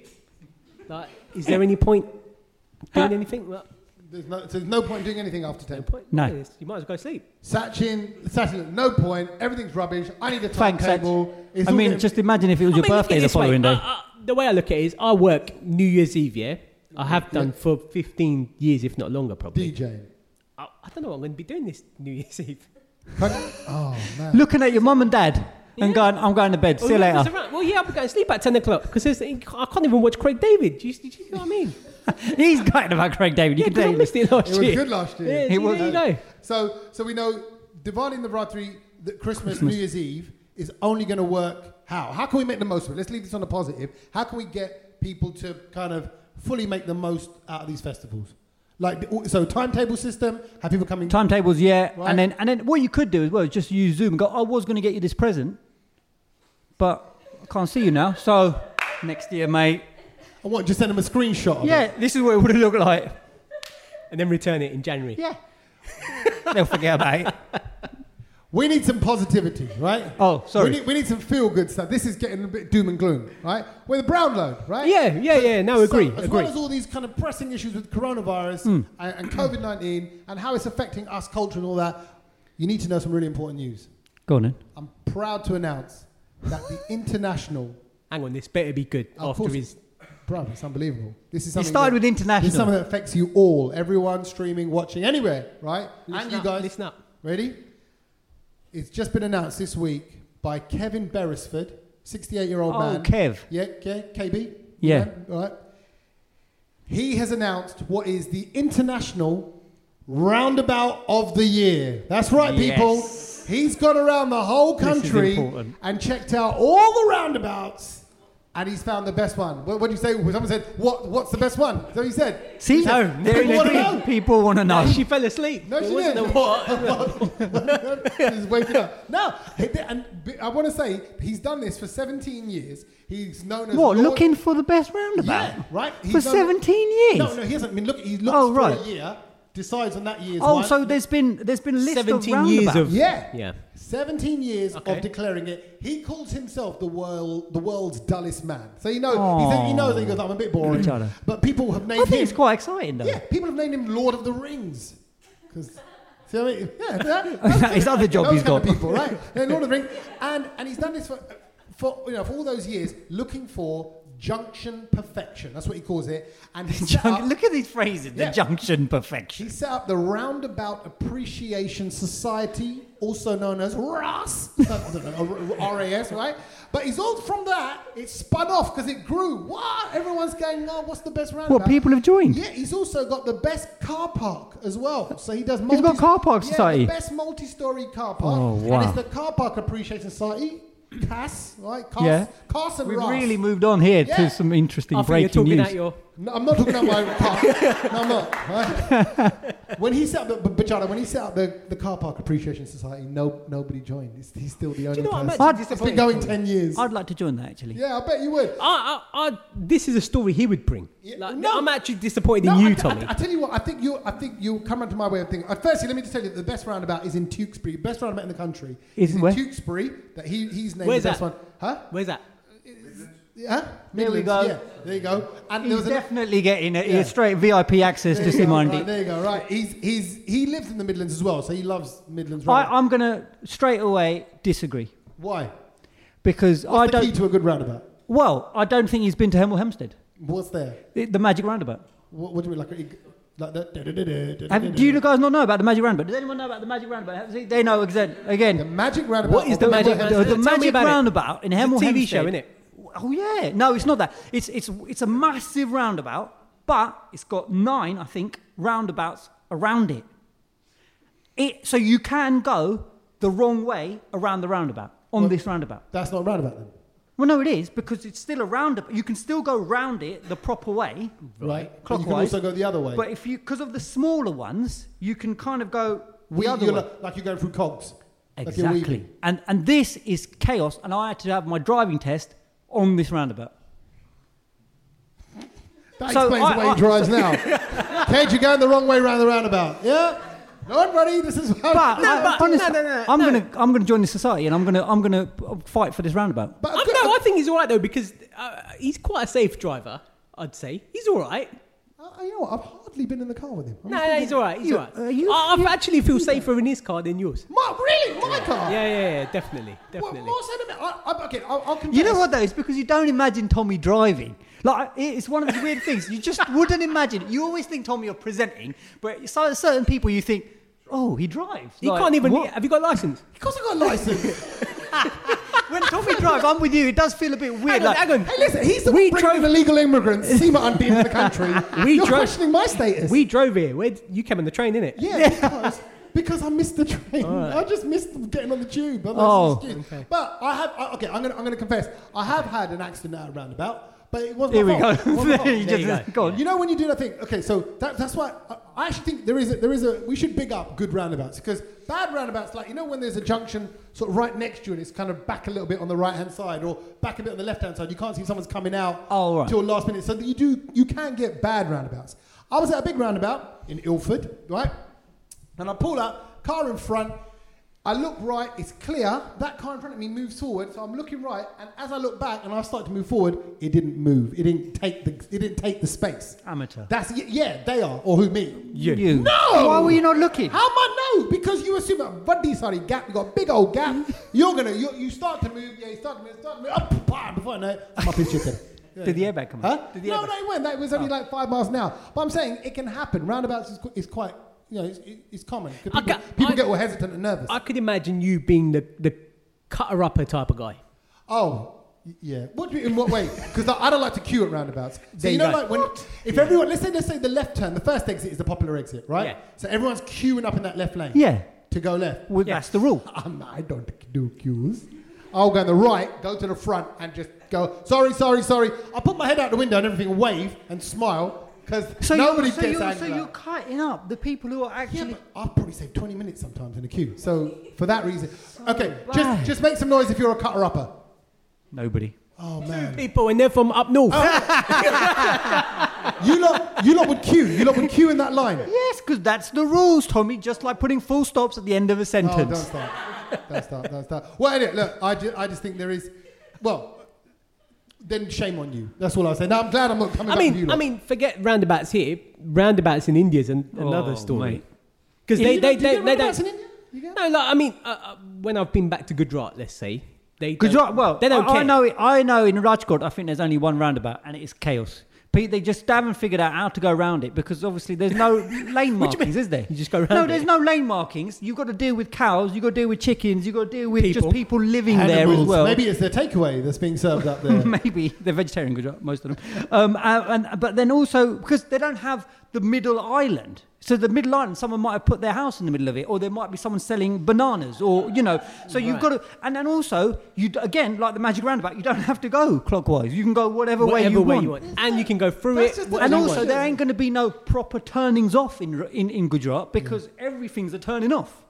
F: Like, is there any point doing anything? Well,
A: There's no, so there's no point doing anything after 10.
F: no point.
B: No.
F: Yes, You might as well go sleep.
A: Sachin, Sachin, no point. Everything's rubbish. I need a
B: Thanks, Ed.
A: timetable. It's
B: I
A: all
B: mean,
A: getting-
B: just imagine if it was your
F: I mean, look at
B: birthday
F: it
B: the
F: this way. Uh,
B: following
F: I-
B: day.
F: I- the way I look at it is, I work New Year's Eve. Yeah, I have done for fifteen years, if not longer, probably.
A: DJing.
F: I, I, I don't know what I'm going to be doing this New Year's Eve.
A: oh man.
B: Looking at your mum and dad and going, I'm going to bed. See you
F: Well, Oh, yeah,
B: later.
F: that's alright. Well, yeah, I'll be going to sleep at 10 o'clock because I can't even watch Craig David. Do you, do you see what I mean?
B: He's going about Craig David. You
F: Yeah,
B: can
F: 'cause I
B: tell
F: missed it last
A: It was
F: year.
A: good last year.
F: Yeah,
B: It
F: see,
B: was.
F: there you go.
A: So, so we know dividing the right three, the Christmas, New Year's Eve is only going to work how? How can we make the most of it? Let's leave this on a positive. How can we get people to kind of fully make the most out of these festivals? Like, so timetable system, have people coming.
B: timetables, yeah.
A: Right.
B: And then and then what you could do as well is just use Zoom and go, I was going to get you this present, but I can't see you now. So next year, mate.
A: I want just send them a screenshot. Of It.
B: Yeah, this is what it would have looked like.
F: And then return it in January.
B: Yeah. They'll forget about it.
A: We need some positivity, right?
B: Oh, sorry.
A: We need, we need some feel good stuff. This is getting a bit doom and gloom, right? We're the brown load, right?
F: Yeah, yeah, yeah. No, agree,
A: So, as
F: agree. Hmm.
A: well as all these kind of pressing issues with coronavirus and, and COVID 19 and how it's affecting us culture and all that, you need to know some really important news.
B: Go on then.
A: I'm proud to announce that the international.
F: Hang on, this better be good
A: Of
F: after
A: course.
F: his.
A: Bro, it's unbelievable. This is
B: It
A: something.
B: started
A: that-
B: with
A: This is something
B: international.
A: that affects you all, everyone streaming, watching, anywhere, right?
F: Listen
A: and you
F: up,
A: guys.
F: listen up.
A: Ready? It's just been announced this week by Kevin Beresford, 68 year old
B: Oh,
A: man.
B: Kev.
A: Yeah, yeah, KB.
B: Yeah.
A: All right. He has announced what is the international roundabout of the year. That's right, people. He's gone around the whole
B: is
A: country
B: important.
A: and checked out all the roundabouts. And he's found the best one. What, what do you say? Someone said, what, What's the best one? So he said,
B: See,
A: he said,
B: no, they're in
A: people wanna
B: agreement.
A: know.
B: People want to know.
F: She fell asleep.
A: No,
F: It
A: she
F: wasn't
A: didn't.
F: a what?
A: he's waking up. No, he did- and b- I want to say he's done this for 17 years. He's known as Lord-
B: What, looking for the best roundabout?
A: yeah, right
B: For
A: He's known-
B: 17 years?
A: No, no, he hasn't. I mean, look, he looks
B: Oh,
A: for
B: right.
A: a year, decides on that year's.
B: oh,
A: one.
B: so there's been, there's been a list
F: 17
B: of
F: years
B: roundabouts.
F: of.
A: yeah,
F: Yeah.
A: 17 years
F: Okay.
A: of declaring it. He calls himself the world, the world's dullest man. So you know, he, said- he knows that he goes, I'm a bit boring.
B: Each other.
A: But people have named
B: I think
A: him.
B: it's quite exciting, though.
A: yeah, people have named him Lord of the Rings. Because. See what I mean? Yeah, that,
B: His other job
A: those
B: he's
A: kind of
B: got.
A: people, right? Yeah, Lord of the Rings, and and he's done this for, for you know, for all those years, looking for junction perfection. That's what he calls it. And he set
B: Junk-
A: up-
B: look at these phrases. The
A: Uh, Yeah.
B: junction
A: he
B: perfection.
A: set up the Roundabout Appreciation Society, also known as RAS, I don't know, R- RAS, right? But he's all from that. It spun off because it grew. Wow! Everyone's going, oh, what's the best roundabout?
B: people have joined?
A: Yeah, he's also got the best car park as well. So he does.
B: He's got car park
A: yeah,
B: society.
A: The best multi-story car park.
B: Oh,
A: And
B: wow.
A: it's the Car Park Appreciation Society. Cass, right? Cass,
B: Yeah.
A: Cass and
B: We've
A: Ross.
B: really moved on here
A: Yeah.
B: to some interesting
F: After you're
B: breaking
F: talking
B: news.
F: out your.
A: No, I'm not talking about my car. No, I'm not. right? when he set up, the, but, but Jada, when he set up the, the car park appreciation society, no, nobody joined. He's, he's still the only
F: know what, I'm
A: person.
F: actually
A: it's been
F: disappointed.
A: going ten years.
B: I'd like to join that actually.
A: yeah, I bet you would.
F: I, I, I, this is a story he would bring.
A: Yeah,
F: Like,
A: no.
F: I'm actually disappointed
A: No,
F: in
A: I,
F: you,
A: I-
F: Tommy.
A: I, tell you what, I think you, I think you come round to my way of thinking. Uh, firstly, let me just tell you that the best roundabout is in Tewkesbury. Best roundabout in the country
B: Is
A: in
B: where?
A: Tewkesbury. That he, he's named
F: Where's
A: the best
F: that?
A: one. Huh?
F: Where's that?
A: Yeah.
B: There we
A: Midlands,
B: go.
A: Yeah, there you go. And
B: He's
A: there was an-
B: definitely getting a, a
A: Yeah.
B: straight VIP access
A: there
B: to
A: you go,
B: Simondi.
A: right, There you go. Right. He's, he's, he lives in the Midlands as well, so he loves Midlands.
B: I,
A: Roundabout.
B: I'm going to straight away disagree
A: Why?
B: because
A: What's
B: I
A: the key
B: don't.
A: to a good roundabout?
B: Well, I don't think he's been to Hemel Hempstead,
A: What's there?
B: the, the Magic Roundabout.
A: What, what do we like? Like that? da-da-da-da,
B: Have, do you
A: da-da-da-da.
B: guys not know about the Magic Roundabout? Does anyone know about the Magic Roundabout? Have- see, They know exactly. Again,
A: The magic roundabout.
F: What is
A: of
F: the magic
A: Hempstead.
B: the,
F: roundabout?
B: the
F: Tell me
B: Magic
F: about it.
B: Roundabout in
F: It's a
B: Hemel
F: TV
B: Hempstead.
F: show, innit?
B: Oh yeah, no, it's not that. It's it's it's a massive roundabout, but it's got nine, I think, roundabouts around it. It so you can go the wrong way around the roundabout on this roundabout.
A: That's not a roundabout then,
B: Well, no, it is because it's still a roundabout. You can still go round it the proper way,
A: right? But You can
B: clockwise.
A: also go the other way.
B: But if you because of the smaller ones, you can kind of go the
A: You-
B: other
A: you're
B: way.
A: like, like you're going through cogs. Like you're
B: Exactly.
A: weaving.
B: and and this is chaos. And I had to have my driving test on this roundabout.
A: That
B: So
A: explains
B: I-
A: the way
B: I-
A: he drives now. Cage, you're going the wrong way round the roundabout. Yeah. Don't worry. This is how.
B: But,
A: this
B: I,
A: is-
B: honestly,
F: no, no, no,
B: I'm
F: no.
B: gonna I'm gonna join the society and I'm gonna I'm gonna p- fight for this roundabout.
A: but
F: I,
A: good-
F: no, I think he's all right though because uh, he's quite a safe driver. I'd say he's all right.
A: I, I, you know what? I've hardly been in the car with him. I'm
F: No,
A: just
F: no,
A: thinking-
F: he's all right. He's
A: You-
F: all right.
A: uh, you-
F: I, I
A: you-
F: actually feel safer in his car than yours.
A: My, really? My car?
F: Yeah, yeah, yeah, definitely, definitely.
A: What, what's that about? I, I, okay, I'll, I'll confess.
B: You know what though? It's because you don't imagine Tommy driving. Like it's one of those weird things. You just wouldn't imagine. You always think Tommy are presenting, but so- certain people you think, oh, he drives.
F: He
B: Like,
F: can't even.
B: what?
F: Have you got a license?
A: Of course I got a license.
B: When Tommy drives, I'm with you. It does feel a bit weird. like,
F: hang on.
A: Hey, listen, he's the
F: We
A: one bringing
F: drove-
A: in illegal immigrants, SEMA unbeaten in the country.
F: We
A: You're
F: drove-
A: questioning my status.
F: We drove here. Where you came on the train, innit?
A: yeah, because, because I missed the train. I just missed getting on the tube. otherwise
B: Oh,
A: it's an excuse. But I have, I, okay, I'm going to I'm gonna confess. I have had an accident at a roundabout, but it wasn't
B: Here
A: my
B: we go.
A: fault. It wasn't my fault.
B: You just- go on.
A: You know when you do that thing. Okay, so that, that's why I, I actually think there is a, there is a we should big up good roundabouts because bad roundabouts like you know when there's a junction sort of right next to you and it's kind of back a little bit on the right hand side or back a bit on the left hand side. You can't see someone's coming out
B: Oh, right.
A: till last minute. So that you do you can get bad roundabouts. I was at a big roundabout in Ilford, right? And I pull up, car in front. I look right, it's clear. That car in front of me moves forward, so I'm looking right, and as I look back and I start to move forward, it didn't move. It didn't take the it didn't take the space.
B: Amateur.
A: That's y- yeah, they are or who me?
B: you.
A: No!
B: Why were you not looking?
A: How am I know? Because you assume a bloody sorry gap. You got a big old gap. You're gonna you, you start to move. Yeah, you start to move. Start to move. Up, bah, before I know it, I'm up in chicken.
B: Did the airbag come
A: Huh?
B: out? Did the
A: No,
B: airbag-
A: no, it went. That was
F: Oh.
A: only like five miles an hour. But I'm saying it can happen. Roundabouts is, qu- is quite, you know, it's, it's common. 'Cause People,
F: Okay,
A: people
F: I-
A: get all hesitant and nervous.
F: I could imagine you being the the cutter upper type of guy.
A: Oh, y- yeah. What do you, in what way? Because I, I don't like to queue at roundabouts. So
F: There
A: you
F: you
A: know,
F: go.
A: like when if everyone, let's say, let's say the left turn, the first exit is the popular exit, right?
F: Yeah.
A: So everyone's queuing up in that left lane.
B: Yeah.
A: To go left.
B: Well, That's the rule.
A: Um, I don't do queues. I'll go on the right, go to the front, and just go. Sorry, sorry, sorry. I put my head out the window and everything, wave and smile because
B: So
A: nobody
B: you're, so
A: gets
B: you're,
A: angry.
B: So you're cutting up the people who are
A: Yeah,
B: actually.
A: but I'll probably save 20 minutes sometimes in a queue. So for that reason, okay,
B: bad.
A: just just make some noise if you're a cutter upper.
B: Nobody.
A: Oh man,
F: People and they're from up north.
A: Oh, you lot, you lot would queue. You lot would queue in that line.
B: Yes, because that's the rules, Tommy. Just like putting full stops at the end of a
A: Oh, don't
B: sentence.
A: start. Don't start. Don't start. Well, anyway, look, I just, I just think there is, well, then shame on you. That's all I say. Now I'm glad I'm not coming
F: I
A: back with you.
F: mean, I
A: lot.
F: mean, forget roundabouts here. Roundabouts in India is an, another
B: Oh,
F: story.
B: mate.
F: Because
A: Did
F: they,
A: you
F: they,
A: get-
F: they,
A: did you
F: they
A: get roundabouts in
F: don't.
A: India? You get-
F: No, like I mean, uh, uh, when I've been back to Gujarat, let's say they. don't-
B: Gujarat, well,
F: they don't
B: I, I
F: care.
B: know, it, I know in Rajkot, I think there's only one roundabout and it is chaos. Pe- They just haven't figured out how to go around it because obviously there's no lane markings, is there?
F: You just go round
B: No,
F: it.
B: there's no lane markings. You've got to deal with cows, you've got to deal with chickens, you've got to deal with
F: People.
B: just people living there as
A: Animals.
B: well.
A: Maybe it's their takeaway that's being served up there.
B: Maybe they're vegetarian, Gujarat, most of them. Um, uh, and, but then also because they don't have the middle island, so the middle island, someone might have put their house in the middle of it, or there might be someone selling bananas, or you know. So you've got to, and then also you d- again like the magic roundabout, you don't have to go clockwise. You can go whatever,
F: whatever
B: way you
F: way
B: want.
F: you want, and you can go through
A: That's
F: it.
A: just-
F: wha-
B: And
A: you
B: also,
A: want.
B: there ain't going to be no proper turnings off in in, in Gujarat because everything's a turning off.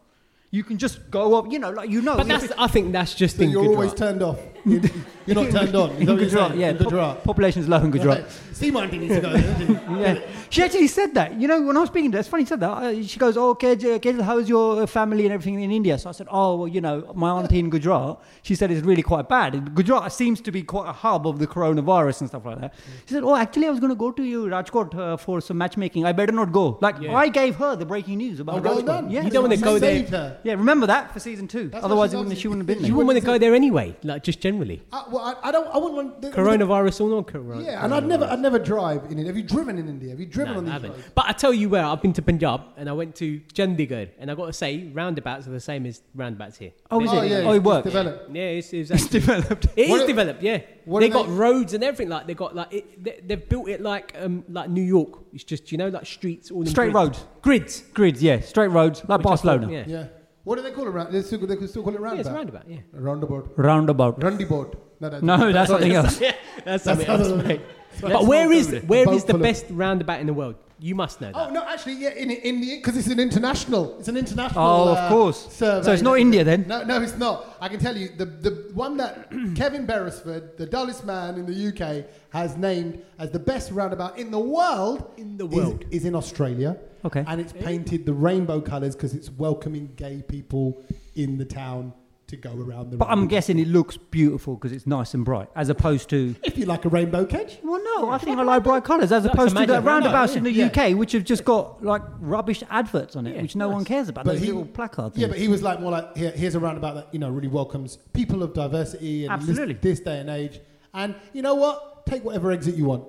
B: You can just go up, you know, like you know.
F: But
B: if
F: that's,
B: it-
F: I think that's just
A: So
F: in
A: you're
F: Gujarat.
A: always turned off. You're you're not turned on. Is that what
B: in
A: you're
B: Gujarat,
A: saying?
B: yeah.
A: In
B: pop-
A: Gujarat.
B: population's low in Gujarat.
A: See, my needs to go. doesn't he?
B: Yeah. She actually said that. You know, when I was speaking to her, it's funny she said that. Uh, she goes, Oh, Kejal, Kejal, how's your uh, family and everything in India? So I said, Oh, well, you know, my auntie in Gujarat, she said it's really quite bad. And Gujarat seems to be quite a hub of the coronavirus and stuff like that. She said, Oh, actually, I was going to go to you, Rajkot, uh, for some matchmaking. I better not go. Like,
F: Yeah.
B: I gave her the breaking news about
A: Oh, well
B: Rajkot.
A: done.
B: Yeah.
F: You don't wanna
A: You
F: go there.
A: saved her.
B: yeah, remember that for season two.
A: That's
B: Otherwise, it
A: what
B: wouldn't,
A: she
B: she wouldn't have
A: does.
B: been
F: you
B: there.
A: She
F: wouldn't want to go there anyway, like just generally.
A: Uh, well, I, I don't. I wouldn't want the,
F: Coronavirus or not coronavirus?
A: Yeah, and I'd never, I'd never drive in India. Have you driven in India? Have you driven
F: No,
A: on
F: I
A: these
F: haven't.
A: roads?
F: But I tell you where I've been to Punjab and I went to Chandigarh, and I got to say, roundabouts are the same as roundabouts here.
B: Oh, is
A: Oh
B: it?
A: yeah,
B: oh, it
A: it's
B: worked.
A: developed.
F: Yeah, it's, it's
B: It's developed.
F: It is
A: What do-
F: developed, yeah.
A: what
F: They
A: do
F: got
A: they-
F: roads and everything. Like they got like it, they, they've built it like um like New York. It's just you know like streets all in
B: Straight
F: grids.
B: roads.
F: grids.
B: Grids, yeah, straight roads, like
F: which I thought-
B: Barcelona.
F: yeah. yeah,
A: Yeah. What do they call it? Round- They still, they could still call it roundabout.
F: it's a roundabout. Yeah,
A: A roundabout.
B: Roundabout.
A: Rundibout. No, that's,
B: No, that's something else.
F: yeah. That's, something
A: other
F: else,
A: than-
F: mate.
B: Let's
F: But where
B: not
F: is
B: go there.
F: where is
A: Boat
F: the
A: full of-
F: best roundabout in the world? You must know
A: Oh
F: that.
A: no, actually, yeah, in in the because it's an international. It's an international.
B: Oh, of
A: uh,
B: course.
A: survey.
B: So it's not India then?
A: No, no, it's not. I can tell you the the one that Kevin Beresford, the dullest man in the UK, has named as the best roundabout in the world.
F: In the
A: is-
F: world.
A: is, in Australia.
B: Okay.
A: and it's painted the rainbow colours because it's welcoming gay people in the town to to go around the
B: But
A: room.
B: I'm guessing it looks beautiful because it's nice and bright, as opposed to.
A: if you like a rainbow cage,
B: Well, no, I think I like bright colours, as opposed to
F: imagine-
B: the roundabouts in the
A: Yeah.
B: UK, which have just got like rubbish adverts on it, which no one cares about. Those little placard things.
A: Yeah, but he was like more like Here, here's a roundabout that you know really welcomes people of diversity and this-
B: Absolutely.
A: this, day and age. And you know what? Take whatever exit you want.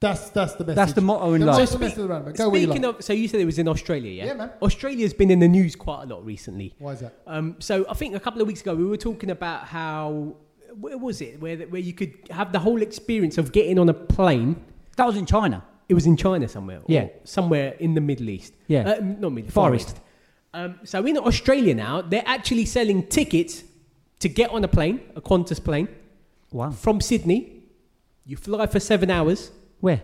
A: That's that's the message.
B: the motto in life.
A: That's the message of the roundabout. Go where you
F: Speaking
A: like.
F: of, so you said it was in Australia, yeah?
A: Yeah, man.
F: Australia's been in the news quite a lot recently.
A: Why is that?
F: Um, so I think a couple of weeks ago we were talking about how where was it where where you could have the whole experience of getting on a plane.
B: that was in China.
F: It was in China somewhere, or
B: Yeah.
F: somewhere in the Middle East.
B: Yeah.
F: uh, not Middle
B: Far
F: Far
B: East.
F: East. Um, so in Australia now, they're actually selling tickets to get on a plane, a Qantas plane
B: Wow.
F: from Sydney. You fly for seven hours
B: Where?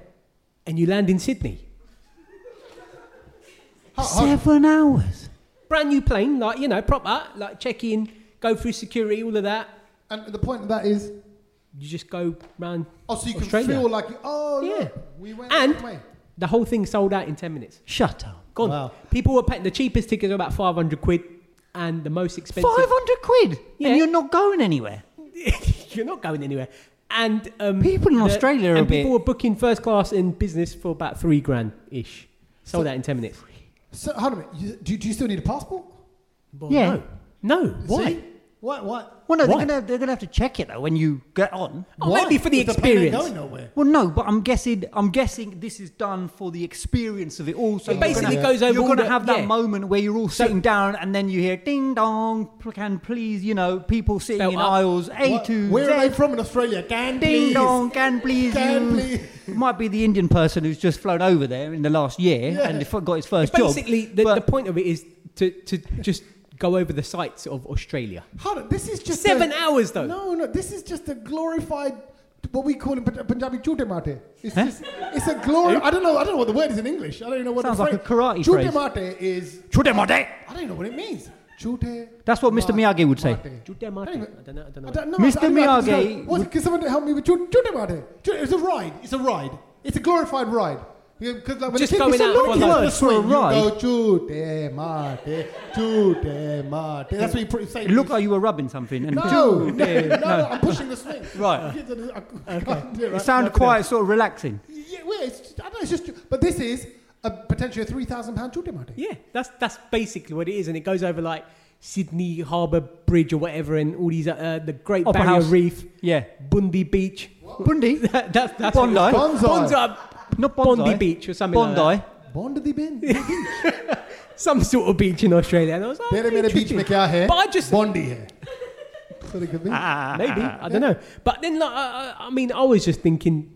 F: and you land in Sydney.
B: Seven hours.
F: Brand new plane, like you know, proper, like check in, go through security, all of that.
A: And the point of that is,
F: You just go round.
A: oh, so you can
F: Australia.
A: feel like, you- oh, yeah,
F: Yeah.
A: we went
F: And
A: that way.
F: the whole thing sold out in 10 minutes.
B: Shut up.
F: Gone.
A: Wow.
F: People were paying, the cheapest tickets were about 500 quid and the most expensive.
B: Five hundred quid,
F: Yeah.
B: and you're not going anywhere.
F: You're not going anywhere. And um,
B: People in
F: the-
B: Australia are a
F: and people
B: bit-
F: were booking first class in business for about three grand ish. Sold out in 10 minutes.
A: So hold on a minute. You, do, do you still need a passport?
F: Well,
B: Yeah.
F: No. No. Why?
A: See? Why? Why?
B: Well, no, they're
F: Why?
B: gonna they're gonna have to check it though when you get on.
F: Oh,
A: Why?
F: maybe for the
A: If plane ain't
F: experience.
A: going nowhere.
B: Well, no, but I'm guessing I'm guessing this is done for the experience of it all. So
F: It
B: you're
F: basically
B: gonna,
F: goes over
B: You're
F: all
B: gonna
F: the-
B: have that
F: yeah.
B: moment where you're all sitting down, and then you hear ding dong. pl- Can please, you know, people sitting
F: Belt
B: in
F: up.
B: aisles A
A: What?
B: to
A: Where are
B: Z.
A: they from in Australia? Can
B: Ding
A: please?
B: dong, can please
A: Can
B: you?
A: please.
B: It might be the Indian person who's just flown over there in the last year
A: Yeah.
B: and f- got his first job.
F: Basically, the,
B: but
F: the point of it is to, to just go over the sites of Australia.
A: Hold on, this is just
F: Seven
A: a-
F: hours, though.
A: No, no, this is just a glorified what we call in Punjab- Punjabi chute mate. It's just, it's a glory. I don't know. I don't know what the word is in English. I don't even know what
B: Sounds
A: the
B: like a karate
A: chute
B: phrase.
A: mate is.
B: Chute mate.
A: I don't even know what it means. Chute.
B: That's what Mr.
A: ma-
B: Miyagi would say.
A: mate.
F: Jute Mate.
A: I don't
F: I don't know- I don't know.
A: I don't know.
B: Mr.
A: I don't know. I just
B: Miyagi
A: know- What's, can someone help me with chute, chute mate? Chute- It's a ride. It's a ride. It's a glorified ride. Because like when
F: Just
A: a kid,
F: going
A: it's a
F: out
A: long
F: for like-
A: word
B: for a
A: You go chute mate, chute mate. That's what you put- say.
B: It looked like you were rubbing something. And
A: No, no, no, no, I'm pushing the swing.
B: Right.
A: I can't do it,
B: It
A: right?
B: sounded
A: No,
B: quite sort of relaxing.
A: no. Yeah, well, it's just, I don't know, it's just, but this is a potentially a three thousand pound chute mate.
F: Yeah, that's that's basically what it is, and it goes over like Sydney Harbour Bridge or whatever, and all these uh, the Great
B: Opera
F: Barrier
B: House.
F: Reef,
B: Yeah.
F: Bundy Beach.
B: Bundy?
F: That- that's that's
B: Bondi?
F: what it's
A: Bonsai.
F: called. Bonzi-
B: Not Bondi.
F: Bondi Beach or something like
B: Bondi.
F: that.
A: Bond the bin.
F: some sort of beach in Australia. And I was like,
A: Tere mere beach
F: interesting.
A: mein kya hai?
F: But I just Ah.
A: Bondi hai. So it could be.
F: maybe I don't know. But then like, I, I I mean, I was just thinking,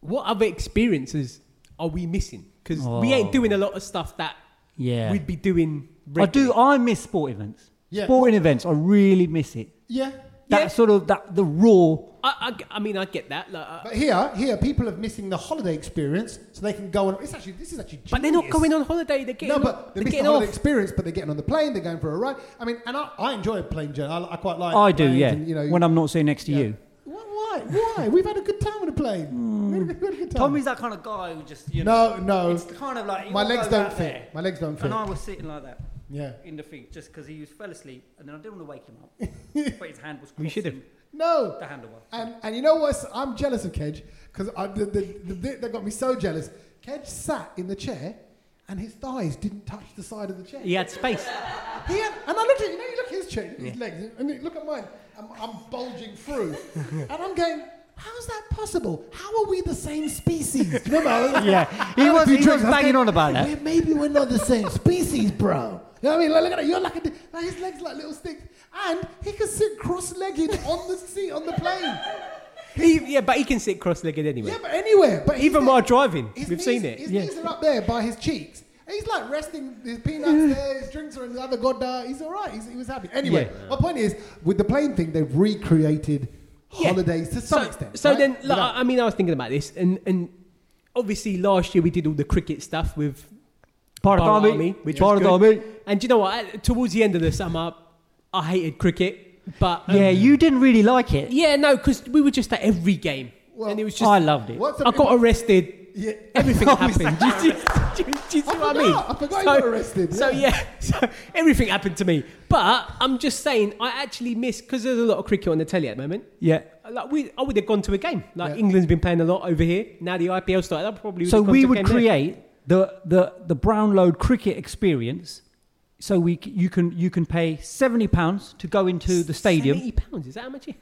F: what other experiences are we missing? Because we ain't
B: Oh.
F: doing a lot of stuff that
B: Yeah.
F: we'd be doing.
B: I do.
F: regularly.
B: I miss sport events.
A: Yeah.
B: Sporting events. I really miss it.
A: Yeah.
B: That
F: Yeah.
B: sort of that the raw.
F: I, I, I mean, I get that. Like, uh, I-
A: But here, here, people are missing the holiday experience, so they can go on. It's actually, this is actually. Genius.
F: But they're not going on holiday. They're getting
A: No,
F: off-
A: but they're
F: they're
A: missing
F: getting
A: the holiday
F: off.
A: experience. But they're getting on the plane. They're going for a ride. I mean, and I, I enjoy a plane journey. I, I quite like.
B: I do.
A: planes
B: Yeah.
A: and, you know,
B: when I'm not sitting next to you.
A: What, why? Why? We've had a good time on a plane. We had a good- we had a good time.
B: Hmm. Tommy's that kind of guy who just you know.
A: no, no.
B: It's kind of like
A: my legs don't fit.
B: There,
A: My legs don't fit.
B: and I was sitting like that
A: Yeah.
B: in the feet just because he was fell asleep, and then I didn't want to wake him up, but his hand was.
F: We should have.
B: crossing
A: No.
B: The handlebar.
A: And and you know what? I'm jealous of Kedge because the, the, the bit that got me so jealous. Kedge sat in the chair. And his thighs didn't touch the side of the chair.
F: He had space.
A: He had- and I looked at you know you look at his chair, his legs, and you look at mine. I'm, I'm bulging through, and I'm going, how's that possible? How are we the same species? Remember?
B: Yeah. He
A: I had a
B: was-
A: few
B: he
A: drinks,
B: was
A: I
B: banging
A: going,
B: on about that.
A: "We're- Maybe we're not the same species, bro. You know what I mean? Like, look at that. You're like a, di- like his legs like little sticks, and he can sit cross-legged on the seat on the plane.
F: He, yeah, but he can sit cross-legged anyway.
A: Yeah, but anywhere. But
F: Even
A: he's-
F: while driving,
A: his
F: we've
A: knees,
F: seen it.
A: His
F: Yeah.
A: knees are up there by his cheeks. And He's like resting his peanuts there, his drinks are in the other godda. He's all right. He's, he was happy. Anyway, my point is, with the plane thing, they've recreated
F: Yeah.
A: holidays to some
F: so,
A: extent.
F: So
A: right?
F: then, like,
A: Without-
F: I mean, I was thinking about this, and and obviously last year we did all the cricket stuff with Bharat Army, which
B: Bharat
F: was good.
B: Army.
F: And do you know what? I- Towards the end of the summer, I hated cricket, but um,
B: Yeah, you didn't really like it.
F: yeah, no, because we were just at every game,
A: Well,
F: and it was just
B: I loved it.
A: What's the-
F: I got
A: what-
F: arrested.
A: Yeah.
F: Everything
B: Oh, is
F: happened. Do you, do you- do you see
A: I
F: what I
A: forgot.
F: mean?
A: I forgot you got arrested,
F: So
A: yeah.
F: yeah. so everything happened to me. But I'm just saying, I actually miss because there's a lot of cricket on the telly at the moment.
B: Yeah.
F: Like we, I would have gone to a game. Like
A: Yeah.
F: England's been playing a lot over here. Now the IPL started. I probably would
B: So
F: have gone
B: we
F: to a
B: would
F: game there.
B: create the, the, the Brownlow cricket experience. So we, c- you, can, you can pay seventy pounds to go into the stadium,
F: Seventy pounds. Is that how much? it-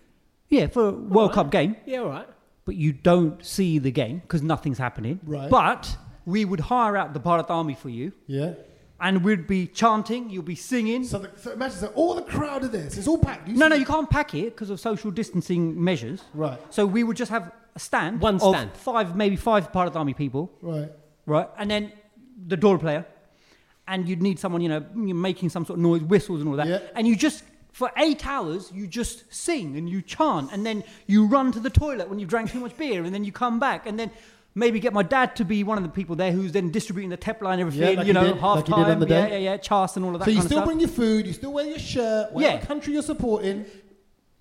B: yeah, for a World Cup game,
F: Yeah, all right.
B: but you don't see the game because nothing's happening.
A: Right.
B: But we would hire out the Bharat Army for you,
A: Yeah.
B: and we'd be chanting. You'll be singing.
A: So, the, so imagine so all the crowd are there. So it's all packed. You
B: No,
A: see-
B: no, you can't pack it because of social distancing measures.
A: Right.
B: So we would just have a stand.
F: One
B: of
F: stand.
B: Five, maybe five Bharat Army people,
A: Right.
B: right? And then the door player. And you'd need someone, you know, making some sort of noise, whistles and all that.
A: Yeah.
B: And you just, for eight hours, you just sing and you chant. And then you run to the toilet when you've drank too much beer. And then you come back. And then maybe get my dad to be one of the people there who's then distributing the Tepline and everything,
A: like he
B: you know,
A: did-
B: half
A: like he did
B: time.
A: on the
B: yeah,
A: day.
B: yeah, yeah, chast and all of that
A: So you
B: kind of
A: still
B: stuff.
A: bring your food. You still wear your shirt. Whatever
B: Yeah.
A: country you're supporting.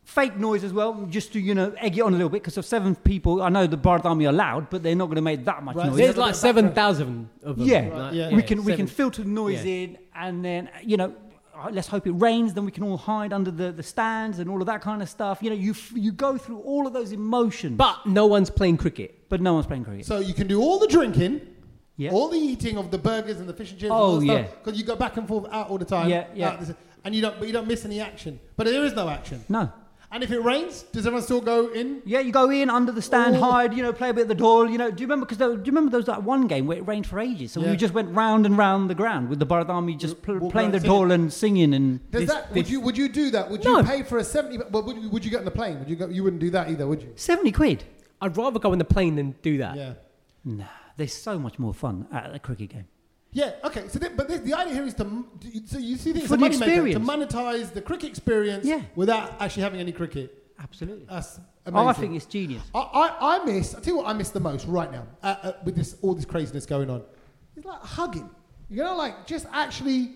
B: fake noise as well, just to you know egg it on a little bit. Because of seven people, I know the Bharat Army are loud, but they're not going to make that much
A: Right.
B: noise.
F: There's
A: that
F: like
A: the
F: seven thousand of them.
B: Yeah.
F: Like,
A: Yeah.
B: we can we can
F: seven.
B: filter the noise
F: Yeah.
B: in, and then you know. uh, Let's hope it rains. Then we can all hide under the, the stands and all of that kind of stuff. You know, you f- you go through all of those emotions,
F: But no one's playing cricket.
B: but no one's playing cricket.
A: So you can do all the drinking,
B: Yeah.
A: all the eating of the burgers and the fish and chips.
B: Oh,
A: and all
B: yeah.
A: Because you go back and forth out all the time.
B: Yeah, yeah.
A: out this- and you don't, but you don't miss any action. But there is no action.
B: No,
A: And if it rains, does everyone still go in?
B: yeah, you go in under the stand,
A: Oh.
B: hide. You know, play a bit of the door. You know, do you remember? Because do you remember there was that one game where it rained for ages, so
A: Yeah.
B: we just went round and round the ground with the Bharat Army just pl-
A: Walk
B: playing
A: around
B: the
A: singing.
B: door and singing and
A: Does
F: This-
A: that would
F: this-
A: you would you do that? Would
F: No.
A: you pay for a seventy? But would you, would you get on the plane? Would you go? You wouldn't do that either, would you?
B: seventy quid.
F: I'd rather go on the plane than do that.
A: Yeah.
B: Nah, they're so much more fun at a cricket game.
A: Yeah. Okay. So, th- but this, the idea here is to m- do you- so you see things
B: For
A: a
B: the
A: moneymaker, to
B: experience.
A: monetize the cricket experience
B: Yeah.
A: without actually having any cricket.
B: Absolutely.
A: That's amazing.
B: I think it's genius.
A: I, I, I miss. I tell you what, I miss the most right now uh, uh, with this all this craziness going on. It's like hugging. You know, like just actually.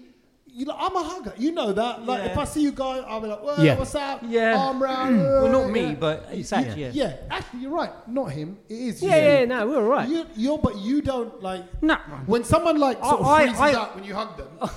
A: You know, I'm a hugger. You know that. Like
B: Yeah.
A: if I see you go, I'll be like, well,
F: Yeah.
A: what's up?
B: Yeah.
A: Arm round.
B: Well, not
A: uh,
B: me,
A: yeah.
B: but it's
A: You-
B: actually, yeah.
A: yeah. Actually, you're right. Not him. It is.
F: Yeah,
A: you.
F: yeah, no, we're all right.
A: You, you're, but you don't like.
B: No.
A: When someone like sort
B: I- I-
A: of freezes
B: I-
A: up when you hug them.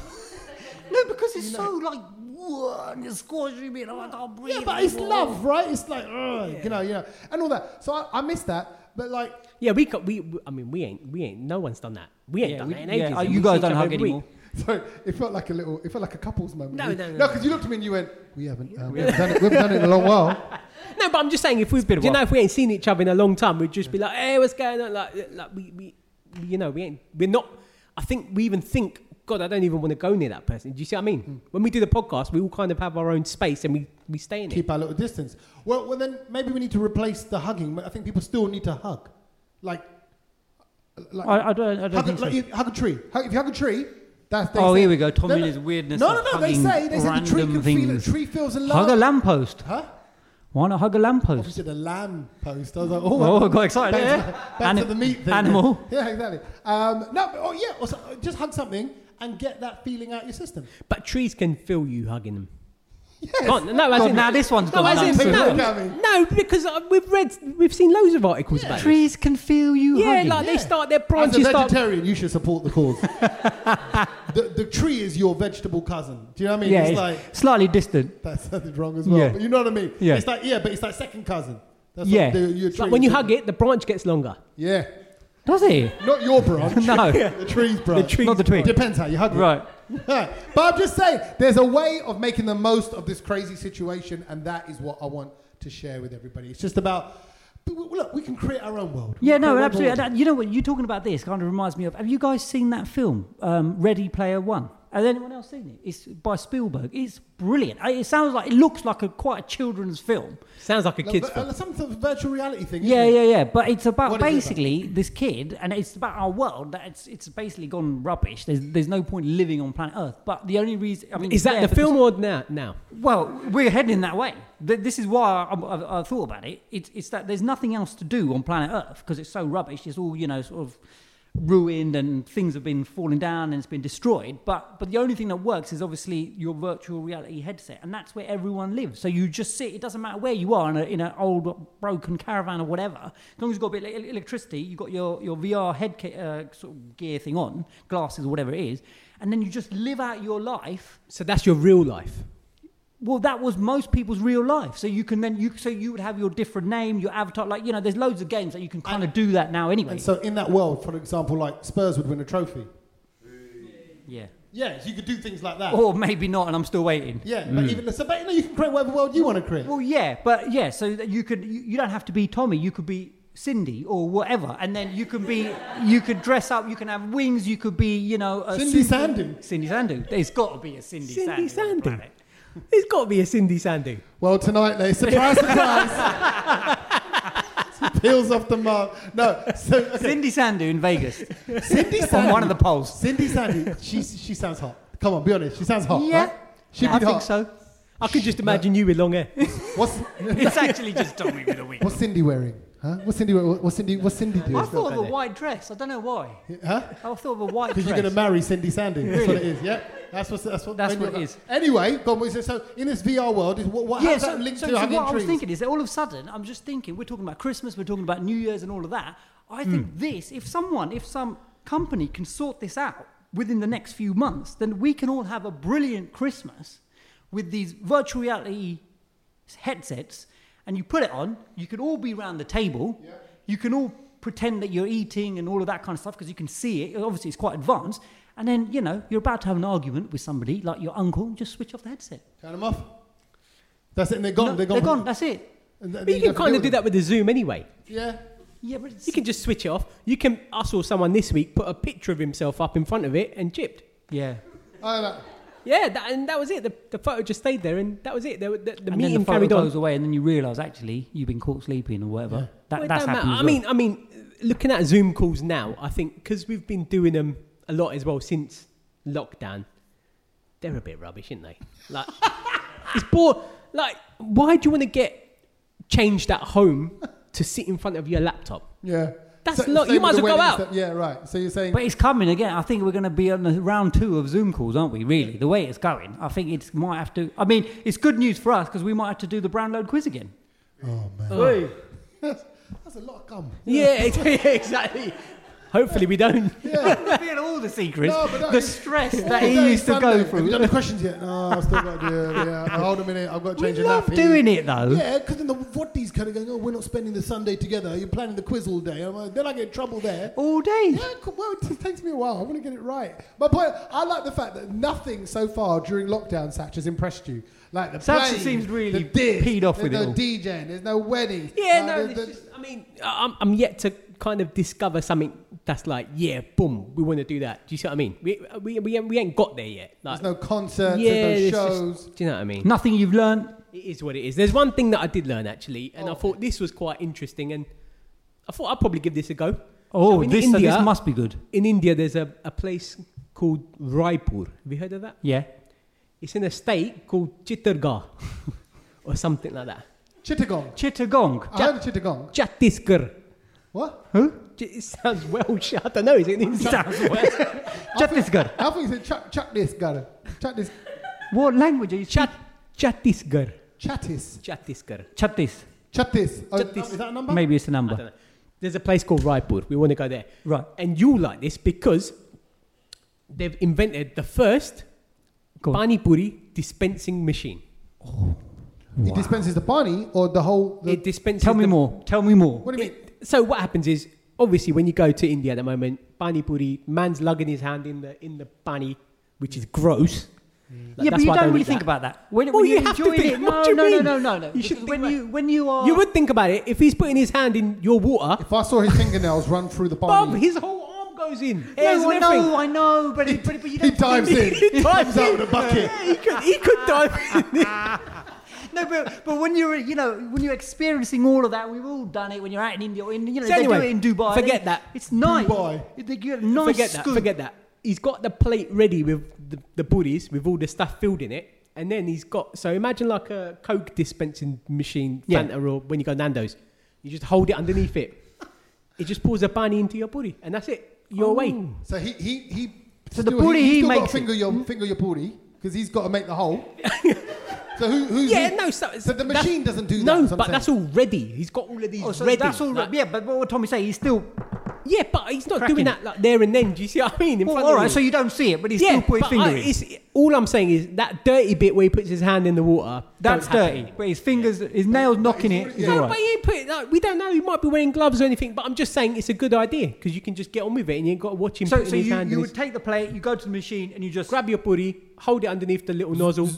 B: No, because it's so like, "Whoa," and it's squashing me, and I can't breathe.
A: Yeah, but it's
B: anymore.
A: love, right? It's like, ugh, you know, you know, and all that. So I, I miss that. But like,
F: Yeah, we got we. I mean, we ain't we ain't. No one's done that. We ain't
B: Yeah,
F: done
B: we-
F: that in
B: yeah,
F: ages.
B: uh,
F: and
B: you
F: we
B: guys
F: see each
B: don't
F: other
B: hug
F: every week.
B: anymore.
A: so it felt like a little, it felt like a couple's moment.
F: No,
A: You-
F: no, no,
A: no,
F: no.
A: because you looked at me and you went, we haven't, um, we haven't done it, we haven't done it in a long while.
F: No, but I'm just saying, if we've
B: been a
F: do you know
B: while.
F: if we ain't seen each other in a long time, we'd just be like, "Hey, what's going on?" Like, like we, we, you know, we ain't. We're not. I think we even think, God, I don't even want to go near that person. Do you see what I
B: Hmm.
F: mean? When we do the podcast, we all kind of have our own space and we we stay in it.
A: Keep our little distance. Well, well, then maybe we need to replace the hugging. I think people still need to hug, like, like
B: I, I don't, I don't
A: hug, a,
B: think so.
A: like, you hug a tree. Hug, if you hug a tree, that's. They
B: Oh,
A: say,
B: here we go. Tom
A: No,
B: and
A: no.
B: his weirdness.
A: No, no,
B: of
A: no. They
B: hugging
A: say they say the tree
B: random
A: can feel it.
B: things.
A: The tree feels alive.
B: Hug a lamppost.
A: Huh?
B: Why not hug a lamppost?
A: Obviously, the lamb post. I was like, oh,
B: Oh, I got excited.
A: Back,
B: Yeah.
A: to, back
B: Ani-
A: to the meat thing.
B: Animal.
A: Yeah, exactly. Um, no, but, oh yeah. Also, uh, just hug something and get that feeling out your system.
F: But trees can feel you hugging them.
A: Yes.
F: Can't- no, as
B: God,
F: in,
B: now this one's
F: no,
B: gone
F: as
B: nuts.
F: in, no,
A: Look at me.
F: no, because uh, we've read, we've seen loads of articles about it.
B: Trees can feel you
F: Yeah,
B: hugging.
F: like they start their
A: As
F: branches
A: a
F: start
A: vegetarian, you should support the cause. the, the tree is your vegetable cousin. Do you know what I mean?
B: yeah,
A: it's
B: it's
A: like
B: slightly distant.
A: that's something wrong as well.
B: Yeah.
A: But you know what I mean?
B: Yeah.
A: It's like yeah, but it's like second cousin. That's
B: Yeah.
A: What the, your
F: It's
A: tree
F: like when
A: is
F: you
A: your-
F: hug it, the branch gets longer.
A: Yeah.
B: Does it?
A: Not your branch.
B: No.
A: the tree's branch.
B: tree's Not the tree. branch.
A: Depends how you hug it.
B: Right.
A: Right. But I'm just saying, there's a way of making the most of this crazy situation, and that is what I want to share with everybody. It's just about, but we- look, we can create our own world. We
B: Yeah,
A: can create
B: no,
A: our own
B: absolutely.
A: world.
B: And, uh, you know what? You talking about this kind of reminds me of. Have you guys seen that film, um, Ready Player One? Has anyone else seen it? It's by Spielberg. It's brilliant. Uh, It sounds like it looks like a quite a children's film.
F: Sounds like a
A: Like,
F: kid's
A: vi-
F: film.
A: uh, Some sort of virtual reality thing. isn't
B: Yeah,
A: it?
B: yeah, yeah. But it's about
A: What is it about?
B: basically this kid, and it's about our world. That it's it's basically gone rubbish. There's there's no point living on planet Earth. But the only reason I mean
F: Is that
B: yeah,
F: the
B: because-
F: film or now? Now,
B: Well, we're heading that way. Th- This is why I, I, I thought about it. It's, it's that there's nothing else to do on planet Earth because it's so rubbish. It's all you know, sort of ruined and things have been falling down and it's been destroyed. But but the only thing that works is obviously your virtual reality headset, and that's where everyone lives. So you just sit. It doesn't matter where you are in a, in an old broken caravan or whatever. As long as you've got a bit of ele- electricity, you've got your your VR head ca- uh, sort of gear thing on, glasses or whatever it is, and then you just live out your life
F: So that's your real life.
B: well, that was most people's real life. So you can then you so you would have your different name, your avatar. Like you know, there's loads of games that you can kind of do that now anyway.
A: And so in that world, for example, like Spurs would win a trophy.
B: yeah.
A: Yes, you could do things like that.
B: Or maybe not, and I'm still waiting.
A: yeah, but even so, but you know, you can create whatever world you want to create.
B: Well, yeah, but yeah, so that you could you, you don't have to be Tommy. You could be Cindy or whatever, and then you can be you could dress up. You can have wings. You could be you know a
A: Cindy
B: super-
A: Sandu.
B: Cindy Sandu. There's got to be a Cindy,
F: Cindy
B: Sandu. on the
F: Sandu.
B: planet.
F: It's got to be a Cindy Sandu.
A: Well, tonight, they surprise, surprise. Peels off the mark. No, so okay.
B: Cindy Sandu in Vegas
A: Cindy
B: on
A: Sandy.
B: one of the polls.
A: Cindy Sandy. She she sounds hot. Come on, be honest. She sounds hot.
B: Yeah.
A: right? she'd
B: I
A: be
B: think
A: hot.
B: so.
F: I could just imagine you with long hair.
A: What's
B: It's actually just Tommy with a wing.
A: what's Cindy wearing? Huh? What's Cindy? wearing? What's Cindy? What's Cindy
B: I
A: doing?
B: thought of a white dress. I don't know why.
A: Huh?
B: I thought of a white dress.
A: Because you're going to marry Cindy Sandy. That's what it is. Yeah. That's what. That's what.
B: That's
A: when
B: what
A: you're-
B: it is.
A: Anyway, go on, what you said. So in this VR world, is what? what
B: yeah,
A: how's
B: so,
A: that linked
B: so,
A: to
B: so
A: having
B: what I was
A: trees?
B: thinking is that all of a sudden, I'm just thinking, we're talking about Christmas, we're talking about New Year's and all of that. I think
A: Hmm.
B: this, if someone, if some company can sort this out within the next few months, then we can all have a brilliant Christmas with these virtual reality headsets and you put it on, you can all be around the table. You can all pretend that you're eating and all of that kind of stuff because you can see it. Obviously, it's quite advanced. And then, you know, you're about to have an argument with somebody like your uncle, just switch off the headset.
A: Turn them off. That's it. And they're gone.
B: No,
A: they're gone.
B: That's it.
A: And th-
F: But
A: then
F: you can
A: have to
F: kind of
A: deal
F: do that with the Zoom anyway.
A: with them.
B: Yeah, but it's,
F: You can just switch it off. You can. I saw someone this week put a picture of himself up in front of it and chipped.
B: yeah.
A: Yeah. I like-
F: Yeah, that, and that was it. The, the photo just stayed there, and that was it. The, the, the
B: And then
F: meeting
B: the photo
F: carried on.
B: goes away, and then you realise actually you've been caught sleeping or whatever. That,
F: Well, it
B: that's
F: don't matter.
B: happened. as
F: I mean, I mean, looking at Zoom calls now, I think because we've been doing them a lot as well since lockdown, they're a bit rubbish, aren't they? Like, it's bored. Like, why do you want to get changed at home to sit in front of your laptop?
A: Yeah.
F: That's
A: Sa-
F: lo-
A: same
F: you
A: with
F: might as
A: the
F: well go
A: wedding
F: out.
A: stuff. Yeah, right. So you're saying
B: well. but it's coming again. I think we're going to be on the round two of Zoom calls, aren't we? Really, the way it's going, I think it's might have to. I mean, it's good news for us because we might have to do the Brownload quiz again.
A: that's, Oh, that's a lot of gum.
F: Oh. Yeah, ex- exactly. Hopefully, we don't.
A: Yeah.
B: Reveal all the secrets,
A: No, but that
B: the
A: is-
B: stress
A: All
B: that
A: day
B: he used to
A: Sunday.
B: go
A: Have you
B: through.
A: done the questions yet? No, I've still got to do it. Yeah. Hold a minute. I've got to
B: We
A: change a
B: love
A: nappy.
B: doing it though.
A: Yeah, because then the Waddy's kind of going, oh, we're not spending the Sunday together. You're planning the quiz all day. I'm like, then I get in trouble there.
B: All day.
A: Yeah, cool. well, it just takes me a while. I want to get it right. My point, I like the fact that nothing so far during lockdown, Satch, has impressed you. Like the
B: Satch
A: plane,
B: seems
A: the
B: really
A: disc,
B: peed off with
A: there's
B: it
A: no
B: all.
A: DJing, there's no wedding.
F: Yeah,
A: Uh,
F: no.
A: there's-
F: It's just, I mean, I- I'm, I'm yet to kind of discover something that's like, yeah, boom, we want to do that. Do you see what I mean? We we we, ain't- we ain't got there yet. Like,
A: there's no concerts,
F: it's
A: there's no
F: just-
A: shows.
F: do you know what I mean?
B: Nothing you've learned.
F: It is what it is. There's one thing that I did learn actually,
A: Oh.
F: and I thought this was quite interesting, and I thought I'd probably give this a go.
B: Oh,
F: So in
B: this so
F: India,
B: this must be good.
F: in India. There's a, a place called Raipur. Have you heard of that?
B: Yeah.
F: It's in a state called Chittagong, or something like that.
A: Chittagong.
B: Chittagong.
A: I heard of Chittagong.
F: Chhattisgarh.
A: What?
B: Who?
F: Ch- It sounds Welsh. I don't know. Is it in
B: Chhattisgarh.
A: I thought you said chuck, chuck this, guy. Chuck this.
B: What language are you?
F: Chat Chhattisgarh.
A: Chattis.
F: Chattisgarh.
B: Chattis.
A: Chattis. Oh,
F: Chattis.
A: Is that a number?
B: Maybe it's a
F: I
B: number.
F: don't know. There's a place called Raipur. We want to go there.
B: Right.
F: And you like this because they've invented the first
B: Go on.
F: Panipuri dispensing machine.
A: It dispenses the pani or the whole. The,
F: It dispenses.
B: Uh, Tell me
F: the-
B: more. Tell me more.
A: what do you mean?
F: It- so what happens is, obviously, when you go to India at the moment, Panipuri, man's lugging his hand in the in the pani, which is gross. Like,
B: yeah,
F: that's
B: but you
F: why I
B: don't really
F: eat
B: think about that. When,
F: Well,
B: when
F: you
B: you're
F: have to
B: enjoying
F: think.
B: it,
F: What
B: no,
F: do you
B: no,
F: mean?
B: no, no, no, no.
F: You should
B: Because
F: think
B: when
F: about
B: you when you are
F: You would think about it if he's putting his hand in your water.
A: If I saw his fingernails run through the
F: Bob,
A: pani,
F: his whole arm goes in. Hairs
B: no,
F: and
B: I
F: everything.
B: know, I know, but it, but, but you
A: he
B: don't.
A: dives in. He dives out with a bucket.
F: Yeah, he could, he could dive in.
B: No, but, but when you're you know when you're experiencing all of that, we've all done it. When you're out in India, or in, you know
F: So
B: they do
F: anyway,
B: it in Dubai.
F: forget
B: They-
F: that.
B: It's nice.
A: Dubai.
B: They get a nice
F: forget that.
B: scoop.
F: Forget that. He's got the plate ready with the, the puris with all the stuff filled in it, and then he's got. So imagine like a Coke dispensing machine,
B: Yeah.
F: Fanta, or when you go Nando's, you just hold it underneath it. It just pours a bunny into your puri, and that's it.
B: Oh.
F: your way.
A: So he he he.
B: So the
A: still-
B: booty
A: he's
B: he
A: still got
B: makes
A: to finger your finger your booty because he's got to make the hole. so who who's
F: Yeah,
A: who-
F: no. So,
A: So the
F: that's-
A: machine doesn't do that.
F: No,
A: is what I'm
F: but
A: saying.
F: that's already. He's got all of these
B: Oh, so
F: ready.
B: that's all.
F: like-
B: yeah, but what Tommy say? He's still.
F: yeah, but he's not
B: Cracking.
F: doing that like there and then. Do you see what I mean? In
B: Well,
F: front
B: all
F: of
B: right,
F: you.
B: so you don't see it, but he's
F: yeah,
B: still putting his
F: but
B: finger
F: I,
B: in.
F: it's, all I'm saying is that dirty bit where he puts his hand in the water.
B: That's
F: don't happen.
B: dirty, but his fingers, his nails knocking it is
A: yeah.
B: all
F: No,
B: right.
F: but he put it. Like, we don't know. He might be wearing gloves or anything. But I'm just saying it's a good idea because you can just get on with it and you ain't got to watch him
B: So,
F: putting
B: so
F: his
B: you,
F: hand.
B: you
F: in
B: would
F: his,
B: take the plate, you go to the machine, and you just.
F: grab your booty, hold it underneath the little nozzle,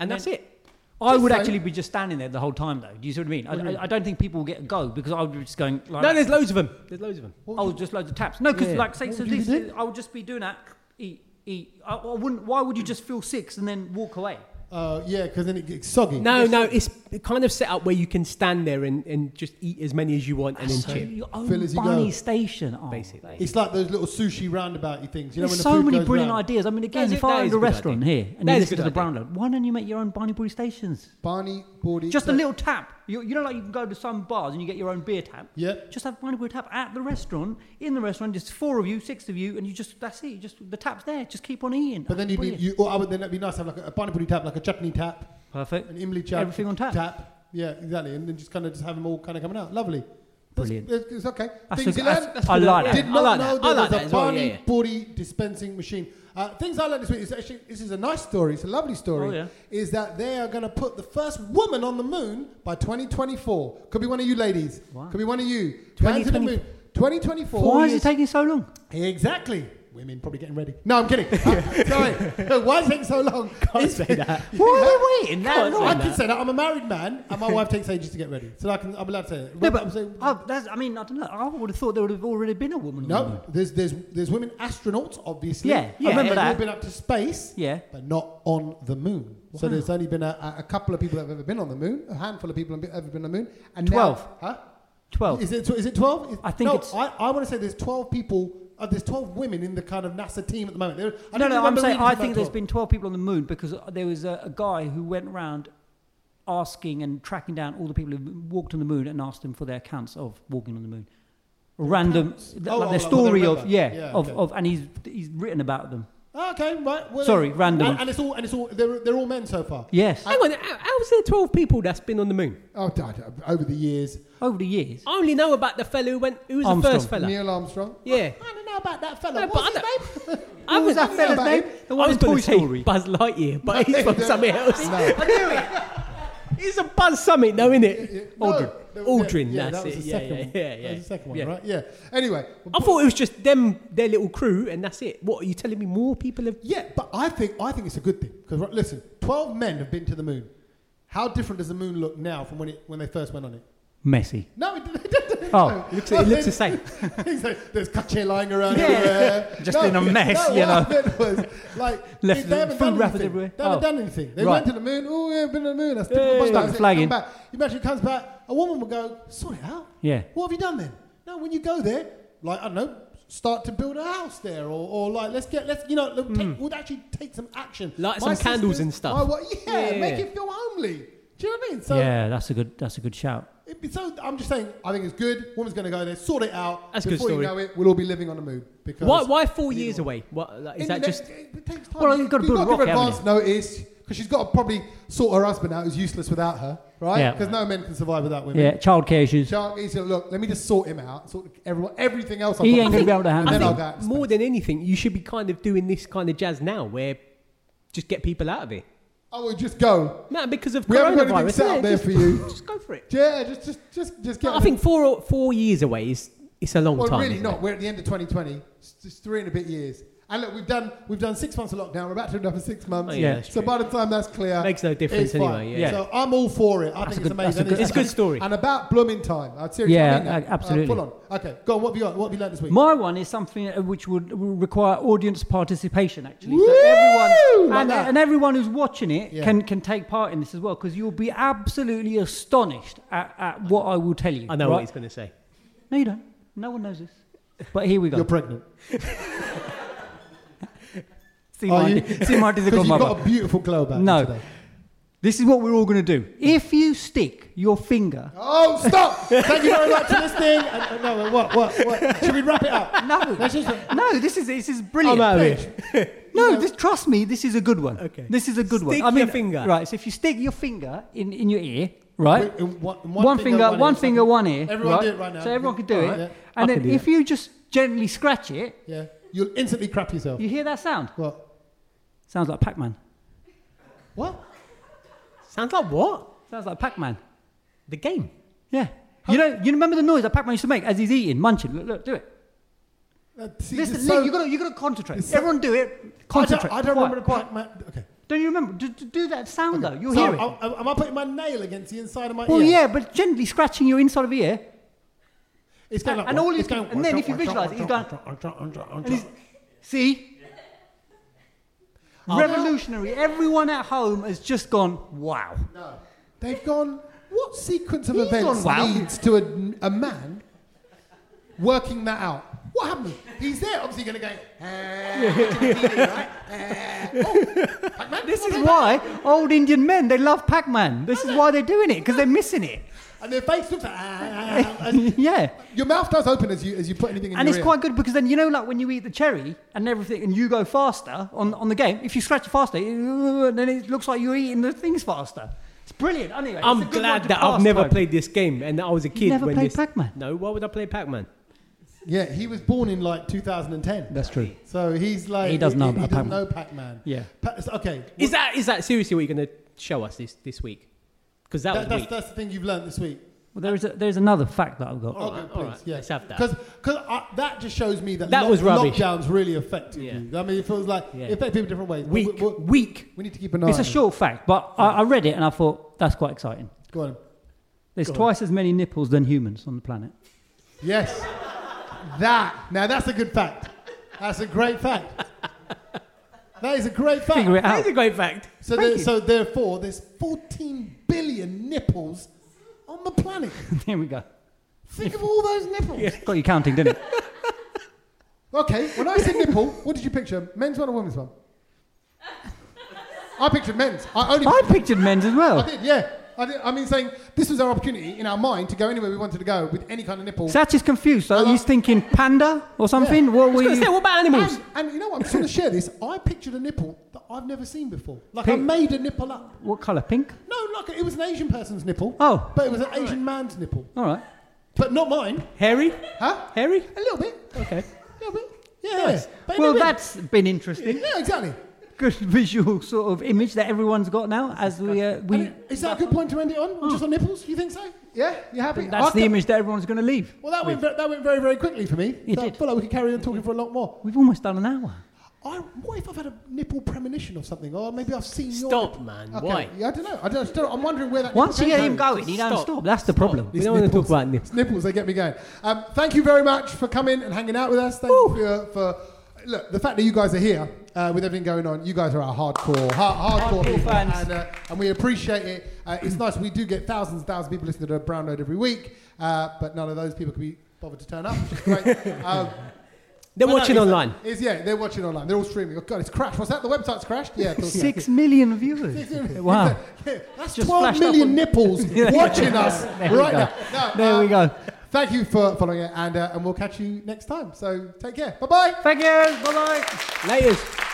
F: and that's it.
B: I would
A: Just
B: actually be just standing there the whole time, though. Do you see what I mean? I, I, I don't think people will get a go because I would be just going. Like
F: No,
B: that.
F: there's loads of them. There's loads of them.
B: Oh, just loads of taps. No, because
F: Yeah.
B: like say, so
A: would you
B: this,
A: do?
B: I would just be doing that. Eat, eat. I, I wouldn't. Why would you just feel six and then walk away?
A: Uh, yeah, because then it gets soggy.
F: No, no, it's kind of set up where you can stand there and, and just eat as many as you want and then
B: So
F: chip.
B: your own
A: Fill as you go.
B: bunny station, oh,
F: Basically.
B: mate.
A: It's like those little sushi roundabouty things. You know, when
B: There's
A: the
B: so
A: food
B: many
A: goes
B: brilliant
A: round.
B: ideas. I mean, again,
F: That's it,
B: if
F: that
B: I
F: is
B: owned
F: a
B: a
F: good
B: restaurant
F: idea.
B: here and
F: That
B: you
F: is a
B: listen to the
F: good
B: brown
F: idea.
B: load, why don't you make your own Barney Booty stations?
A: Barney, Bordy.
B: Just a little tap. You, you know, like you can go to some bars and you get your own beer tap.
A: Yep.
B: Just have Barney Booty tap at the restaurant, in the restaurant, just four of you, six of you, and you just, that's it. You just The tap's there. Just keep on eating.
A: But then
B: That's
A: you'd be,
B: brilliant.
A: you, or I would, then it'd be nice to have like a, a Barney Bordy tap, like a chutney tap,
B: Perfect.
A: an Imlay chutney
B: Everything on tap.
A: Yeah, exactly. And then just kind of just have them all kind of coming out. Lovely. That's-
B: Brilliant.
A: It's, it's okay.
B: That's
A: things
B: a-
A: you
B: that's-
A: learn.
B: that's I good. like that.
A: Did
B: I
A: not
F: like
A: know
F: that. I
A: there
F: like
A: was
F: that
A: a
F: as well,
A: Barney
F: yeah, yeah.
A: Bordy dispensing machine. Uh, things I learned this week is actually this is a nice story. It's a lovely story.
B: Oh, yeah.
A: Is that they are going to put the first woman on the moon by 2024? Could be one of you ladies.
B: Wow.
A: Could be one of you. Going to the
B: 2020
A: moon. 2024.
B: Why is it taking so long?
A: Exactly. Women probably getting ready. No, I'm kidding. Uh, sorry. No, Why is it taking so long? Can't say that.
B: Why are we waiting? No,
A: No,
B: no,
A: I can say that. I'm a married man, and my wife takes ages to get ready, so I can. I'm allowed to say that.
B: No,
A: I'm
B: but
A: saying-
B: oh, that's, I mean, I don't know. I would have thought there would have already been a woman. on the moon.
A: no, there's there's there's women astronauts, obviously.
B: Yeah, yeah, I remember
A: They've all
B: that.
A: been up to space.
B: Yeah.
A: but not on the moon. So
B: Wow.
A: there's only been a, a- a couple of people that have ever been on the moon. A handful of people have ever been on the moon. And now-
B: 12.
A: huh?
B: 12.
A: Is it is it twelve? Is-
B: I think
A: no,
B: it's-
A: I, I want to say there's twelve people. Uh, there's twelve women in the kind of NASA team at the moment. There, I
B: no,
A: don't
B: no, I'm
A: remember
B: saying
A: reading
B: I
A: about
B: think there's
A: 12.
B: been 12 people on the moon because there was a, a guy who went round asking and tracking down all the people who walked on the moon and asked them for their accounts of walking on the moon. Random,
A: accounts?
B: th-
A: Oh,
B: like
A: oh,
B: their
A: like what they
B: story of
A: remember.
B: yeah,
A: Yeah,
B: of,
A: okay.
B: of, and he's he's written about them.
A: Ah, Okay, right. well,
B: Sorry,
A: then-
B: random.
A: And, and it's all, and it's all, they're, they're all men so far.
B: Yes,
F: Hang on, how- how's there 12 people that's been on the moon?
A: Oh, dad, over the years,
B: over the years.
F: I only know about the fellow who went, who was
B: Armstrong.
F: the first fella?
A: Neil Armstrong.
F: Yeah.
A: I don't know about that fella.
F: No,
A: What's
F: but
A: his name?
F: I
B: was that
A: I don't know
B: fella's
A: about
B: name?
A: him.
B: The
F: I
B: one
F: was
B: in Toy
F: going to say
B: Story.
F: Buzz Lightyear, but he's from something else.
A: No.
F: I knew it. It's a Buzz Summit, though, isn't it?
A: No,
F: Aldrin.
A: no, yeah,
F: Aldrin,
A: yeah,
F: that's
A: that was
F: it.
A: the
F: Yeah,
A: second
F: yeah,
A: one.
F: yeah, yeah.
A: That was the second one,
F: Yeah.
A: right? Yeah. Anyway,
F: I thought it was just them, their little crew, and that's it. What are you telling me? More people have?
A: yeah, but I think I think it's a good thing because listen, twelve men have been to the moon. How different does the moon look now from when it when they first went on it?
B: Messy.
A: No, it didn't.
B: Oh,
A: No.
F: It looks, it looks the same.
A: It's like There's cutchet lying around
B: Yeah.
A: everywhere.
B: Just in a mess, you know.
A: It was like
B: Left
A: they haven't
B: food
A: done
B: wrappers
A: anything.
B: everywhere.
A: They haven't
B: Oh.
A: done anything. They
B: Right.
A: went to the moon. Oh, yeah, been to the moon. I still
B: Hey.
A: bust
B: Stuck
A: out.
B: flag in.
A: Come back. You imagine it comes back. A woman will go, sort it out.
B: Yeah.
A: What have you done then? No, when you go there, like I don't know, start to build a house there, or, or like let's get let's you know look, take, would actually take some action.
F: Light some candles and stuff.
A: my wa- yeah,
F: Yeah.
A: make it feel homely. Do you know what I mean? So
B: yeah, that's a good that's a good shout.
A: It'd be so I'm just saying, I think it's good. Woman's going to go there, sort it out.
F: That's a good
A: Before
F: story.
A: you know it, we'll all be living on the moon. Because
F: Why, why four
A: we need
F: years
A: more.
F: away? What, like, is
A: In
F: that
A: the
F: just.
A: next- it takes time.
B: Well, you've got to build a
A: give her
B: rock, haven't
A: advance notice because she's got to probably sort her husband out who's useless without her, right?
B: Yeah.
A: Because no men can survive without women.
B: Yeah, childcare issues.
A: Shark, he's like, look, let me just sort him out. Sort everyone, everything else.
B: He
A: I've
B: ain't
A: got
B: gonna be able to
A: And
B: handle
A: then I'll
B: it.
A: go out to
F: more
A: space.
F: than anything, you should be kind of doing this kind of jazz now, where just get people out of it.
A: I will just go.
F: Man, because of
A: We haven't got anything
F: coronavirus,
A: set
F: innit?
A: up there
F: just,
A: for you.
F: just go for it.
A: Yeah, just, just, just, just get.
F: I
A: them-
F: think four or- four years away is it's a long
A: Well,
F: time.
A: really
F: isn't it?
A: not. We're at the end of 2020. It's just three and a bit years. And look, we've done we've done six months of lockdown. We're about to do another six months.
F: Oh, yeah, Yeah. that's
A: So
F: true.
A: by the time that's clear,
F: Makes no difference
A: it's fine.
F: anyway, yeah.
A: So I'm all for it. I think
B: That's a
A: it's
B: good- that's
A: amazing.
B: a good-
F: It's a good story.
A: And about blooming time. I seriously
B: Yeah,
A: I mean that.
B: a- absolutely.
A: Uh, full on. Okay, go on. What have you got? What have you learned this week?
B: My one is something uh, which would would require audience participation, actually.
A: Woo!
B: So everyone
A: Like
B: and,
A: that.
B: and everyone who's watching it
A: Yeah.
B: can, can take part in this as well, because you'll be absolutely astonished at, at what I will tell you.
F: I know
B: right?
F: what he's going to say.
B: No, you don't. No one knows this. But here we go.
A: You're pregnant.
B: see,
A: Are
B: my,
A: you?
B: see my
A: Because you've
B: mother.
A: got a beautiful glow back
B: No.
A: today.
B: This is what we're all going to do. If you stick your finger,
A: Oh, stop! Thank you very much for listening. And, uh, no, what, what, what? Should we wrap it up?
B: no,
A: Let's just-
B: no, this is this is brilliant.
F: I'm out of here.
B: No, this, trust me, this is a good one.
F: Okay.
B: This is a good one.
F: Stick
B: I mean,
F: your finger.
B: Right, so if you stick your finger in, in your ear, right?
A: Wait, in one- in
B: one, finger, one
A: ear,
B: finger,
A: something.
B: one ear.
A: Everyone do it right now.
B: So everyone could do
A: Alright,
B: it.
A: yeah.
B: And
F: I
B: then
F: can do
B: if you just gently scratch it,
A: Yeah, you'll instantly crap yourself.
B: you hear that sound?
A: What?
B: Sounds like Pac Man.
A: What?
F: Sounds like what?
B: Sounds like Pac Man.
F: The game.
B: Yeah. You know, you remember the noise that Pac Man used to make as he's eating, munching. Look, look, do it.
A: Uh, see,
B: Listen,
A: it's so-
B: Nick, you gotta, you gotta concentrate.
A: it's so-
B: Everyone do it.
A: I don't,
B: Concentrate.
A: I don't
B: Quiet.
A: remember quite. My, okay.
B: Don't you remember? Do, do- do that sound though. You'll
A: So
B: hear it.
A: I- I- am I putting my nail against the inside of my
B: well,
A: ear?
B: yeah, but gently scratching your inside of the ear.
A: It's going like
B: and
A: what?
B: all you
A: It's
B: can-
A: going
B: and then if you visualise it, he's going- And he's, see? Revolutionary. Everyone at home has just gone, wow.
A: They've gone. What sequence of
B: He's
A: events
B: gone wow.
A: leads to a, a man working that out? What happened? He's there, obviously going to go.
B: This is why old Indian men, they love Pac Man. This is why they're doing it, because they're missing it.
A: And their face looks like. "Ah, ah, ah," and
B: yeah.
A: your mouth does open as you as you put anything in
B: And
A: your
B: it's
A: ear.
B: quite good because then, you know, like when you eat the cherry and everything and you go faster on, on the game, if you scratch it faster, it- then it looks like you're eating the things faster. It's brilliant. Anyway, it's a
F: I'm
B: good one
F: glad
B: to
F: that I've
B: pass
F: never
B: time.
F: played this game and I was a kid
B: never
F: when
B: played
F: this.
B: Pac-Man?
F: No, why would I play Pac-Man?
A: Yeah, he was born in like 2010.
B: That's true.
A: So he's like
B: He doesn't know
A: he,
B: about
A: doesn't
B: Pac-Man.
A: know Pac-Man.
B: Yeah.
A: Pa- okay.
F: Is that is that seriously what you're going to show us this this week? Because that,
A: That,
F: was
A: that's,
F: weak.
A: that's the thing you've learned this week.
B: Well, there's, a, there's another fact that I've got.
A: Oh,
F: right,
A: good,
F: all
A: please.
F: right,
A: Yeah.
F: let's have that.
A: Because that just shows me that,
F: That
A: lock-
F: was rubbish.
A: lockdowns really affected
F: Yeah.
A: you. I mean, it feels like
F: Yeah.
A: it affected people different ways.
F: weak,
A: We, we-
F: weak.
A: we need to keep an eye
B: It's
A: on
B: a
A: it.
B: short fact, but I, I read it and I thought, that's quite exciting.
A: Go on.
B: There's twice as many nipples than humans on the planet.
A: Yes. that. Now, that's a good fact. That's a great fact. That is a great fact.
B: Figure it
F: That
B: out.
F: is a great fact.
A: So, there, so therefore, there's 14 billion nipples on the planet.
B: Here we go.
A: Think of all those nipples.
B: Got you counting, didn't it?
A: Okay, when I said nipple, what did you picture? Men's one or women's one? I pictured men's. I only.
B: I pictured men's as
A: I
B: well.
A: did, yeah. I, did, I mean, saying this was our opportunity in our mind to go anywhere we wanted to go with any kind of nipple.
B: Satch is confused. So he's thinking panda or something?
A: Yeah.
B: What were
F: I was
B: you?
F: gonna say, what about animals?
A: and, and you know what? I'm just going to share this. I pictured a nipple that I've never seen before. Like I
B: Pink.
A: made a nipple up.
B: What colour? Pink?
A: No, like it was an Asian person's nipple.
B: Oh.
A: But it was an Asian man's nipple.
B: All right.
A: But not mine.
F: Hairy?
A: Huh?
F: Hairy?
A: A little bit.
F: Okay.
A: A little bit. Yeah. Yes.
B: Well, that's been interesting.
A: Yeah, exactly.
B: Good visual sort of image that everyone's got now as we. Uh, we Oh.
A: And is that a good point to end it on? Just on nipples? You think so? Yeah? You happy?
B: that's the
A: Okay.
B: image that everyone's going to leave.
A: Well, that went, ve- that went very, very quickly for me.
B: It
A: So I
B: did.
A: feel like we could carry on talking for a lot more.
B: We've almost done an hour.
A: I, what if I've had a nipple premonition of something? Or maybe I've seen your...
F: Stop,
A: nipple-
F: man.
A: Okay.
F: Why?
A: Yeah, I don't know. I don't, still, I'm wondering where that...
B: Once you
A: nipple
B: get
A: came
B: him
A: from.
B: going, he don't
F: Stop.
B: stop. That's the problem.
F: We don't want to talk about nipples.
A: It's nipples, they get me going. Um, thank you very much for coming and hanging out with us. Thank you for, your- for... Look, the fact that you guys are here uh, with everything going on, you guys are our hardcore, hard, hardcore,
B: Hardcore
A: people,
B: fans.
A: And, uh, and we appreciate it. Uh, it's nice. We do get thousands and thousands of people listening to Brown Road every week, uh, but none of those people can be bothered to turn up, which is great. Um, Well, no,
F: They're
A: it's-
F: watching
A: uh,
F: online.
A: It's, yeah, they're watching online. They're all streaming. Oh God, it's crashed. What's that? The website's crashed. Yeah, of course, yeah.
B: Six million viewers. wow.
A: Yeah, that's
B: Just
A: 12
B: flashed up
A: million
B: on-
A: nipples watching us
B: There we
A: right
B: go.
A: now. No, um,
B: There we go.
A: Thank you for following it, and uh, and we'll catch you next time. So take care. Bye bye.
B: Thank you. Bye bye.
F: Layers.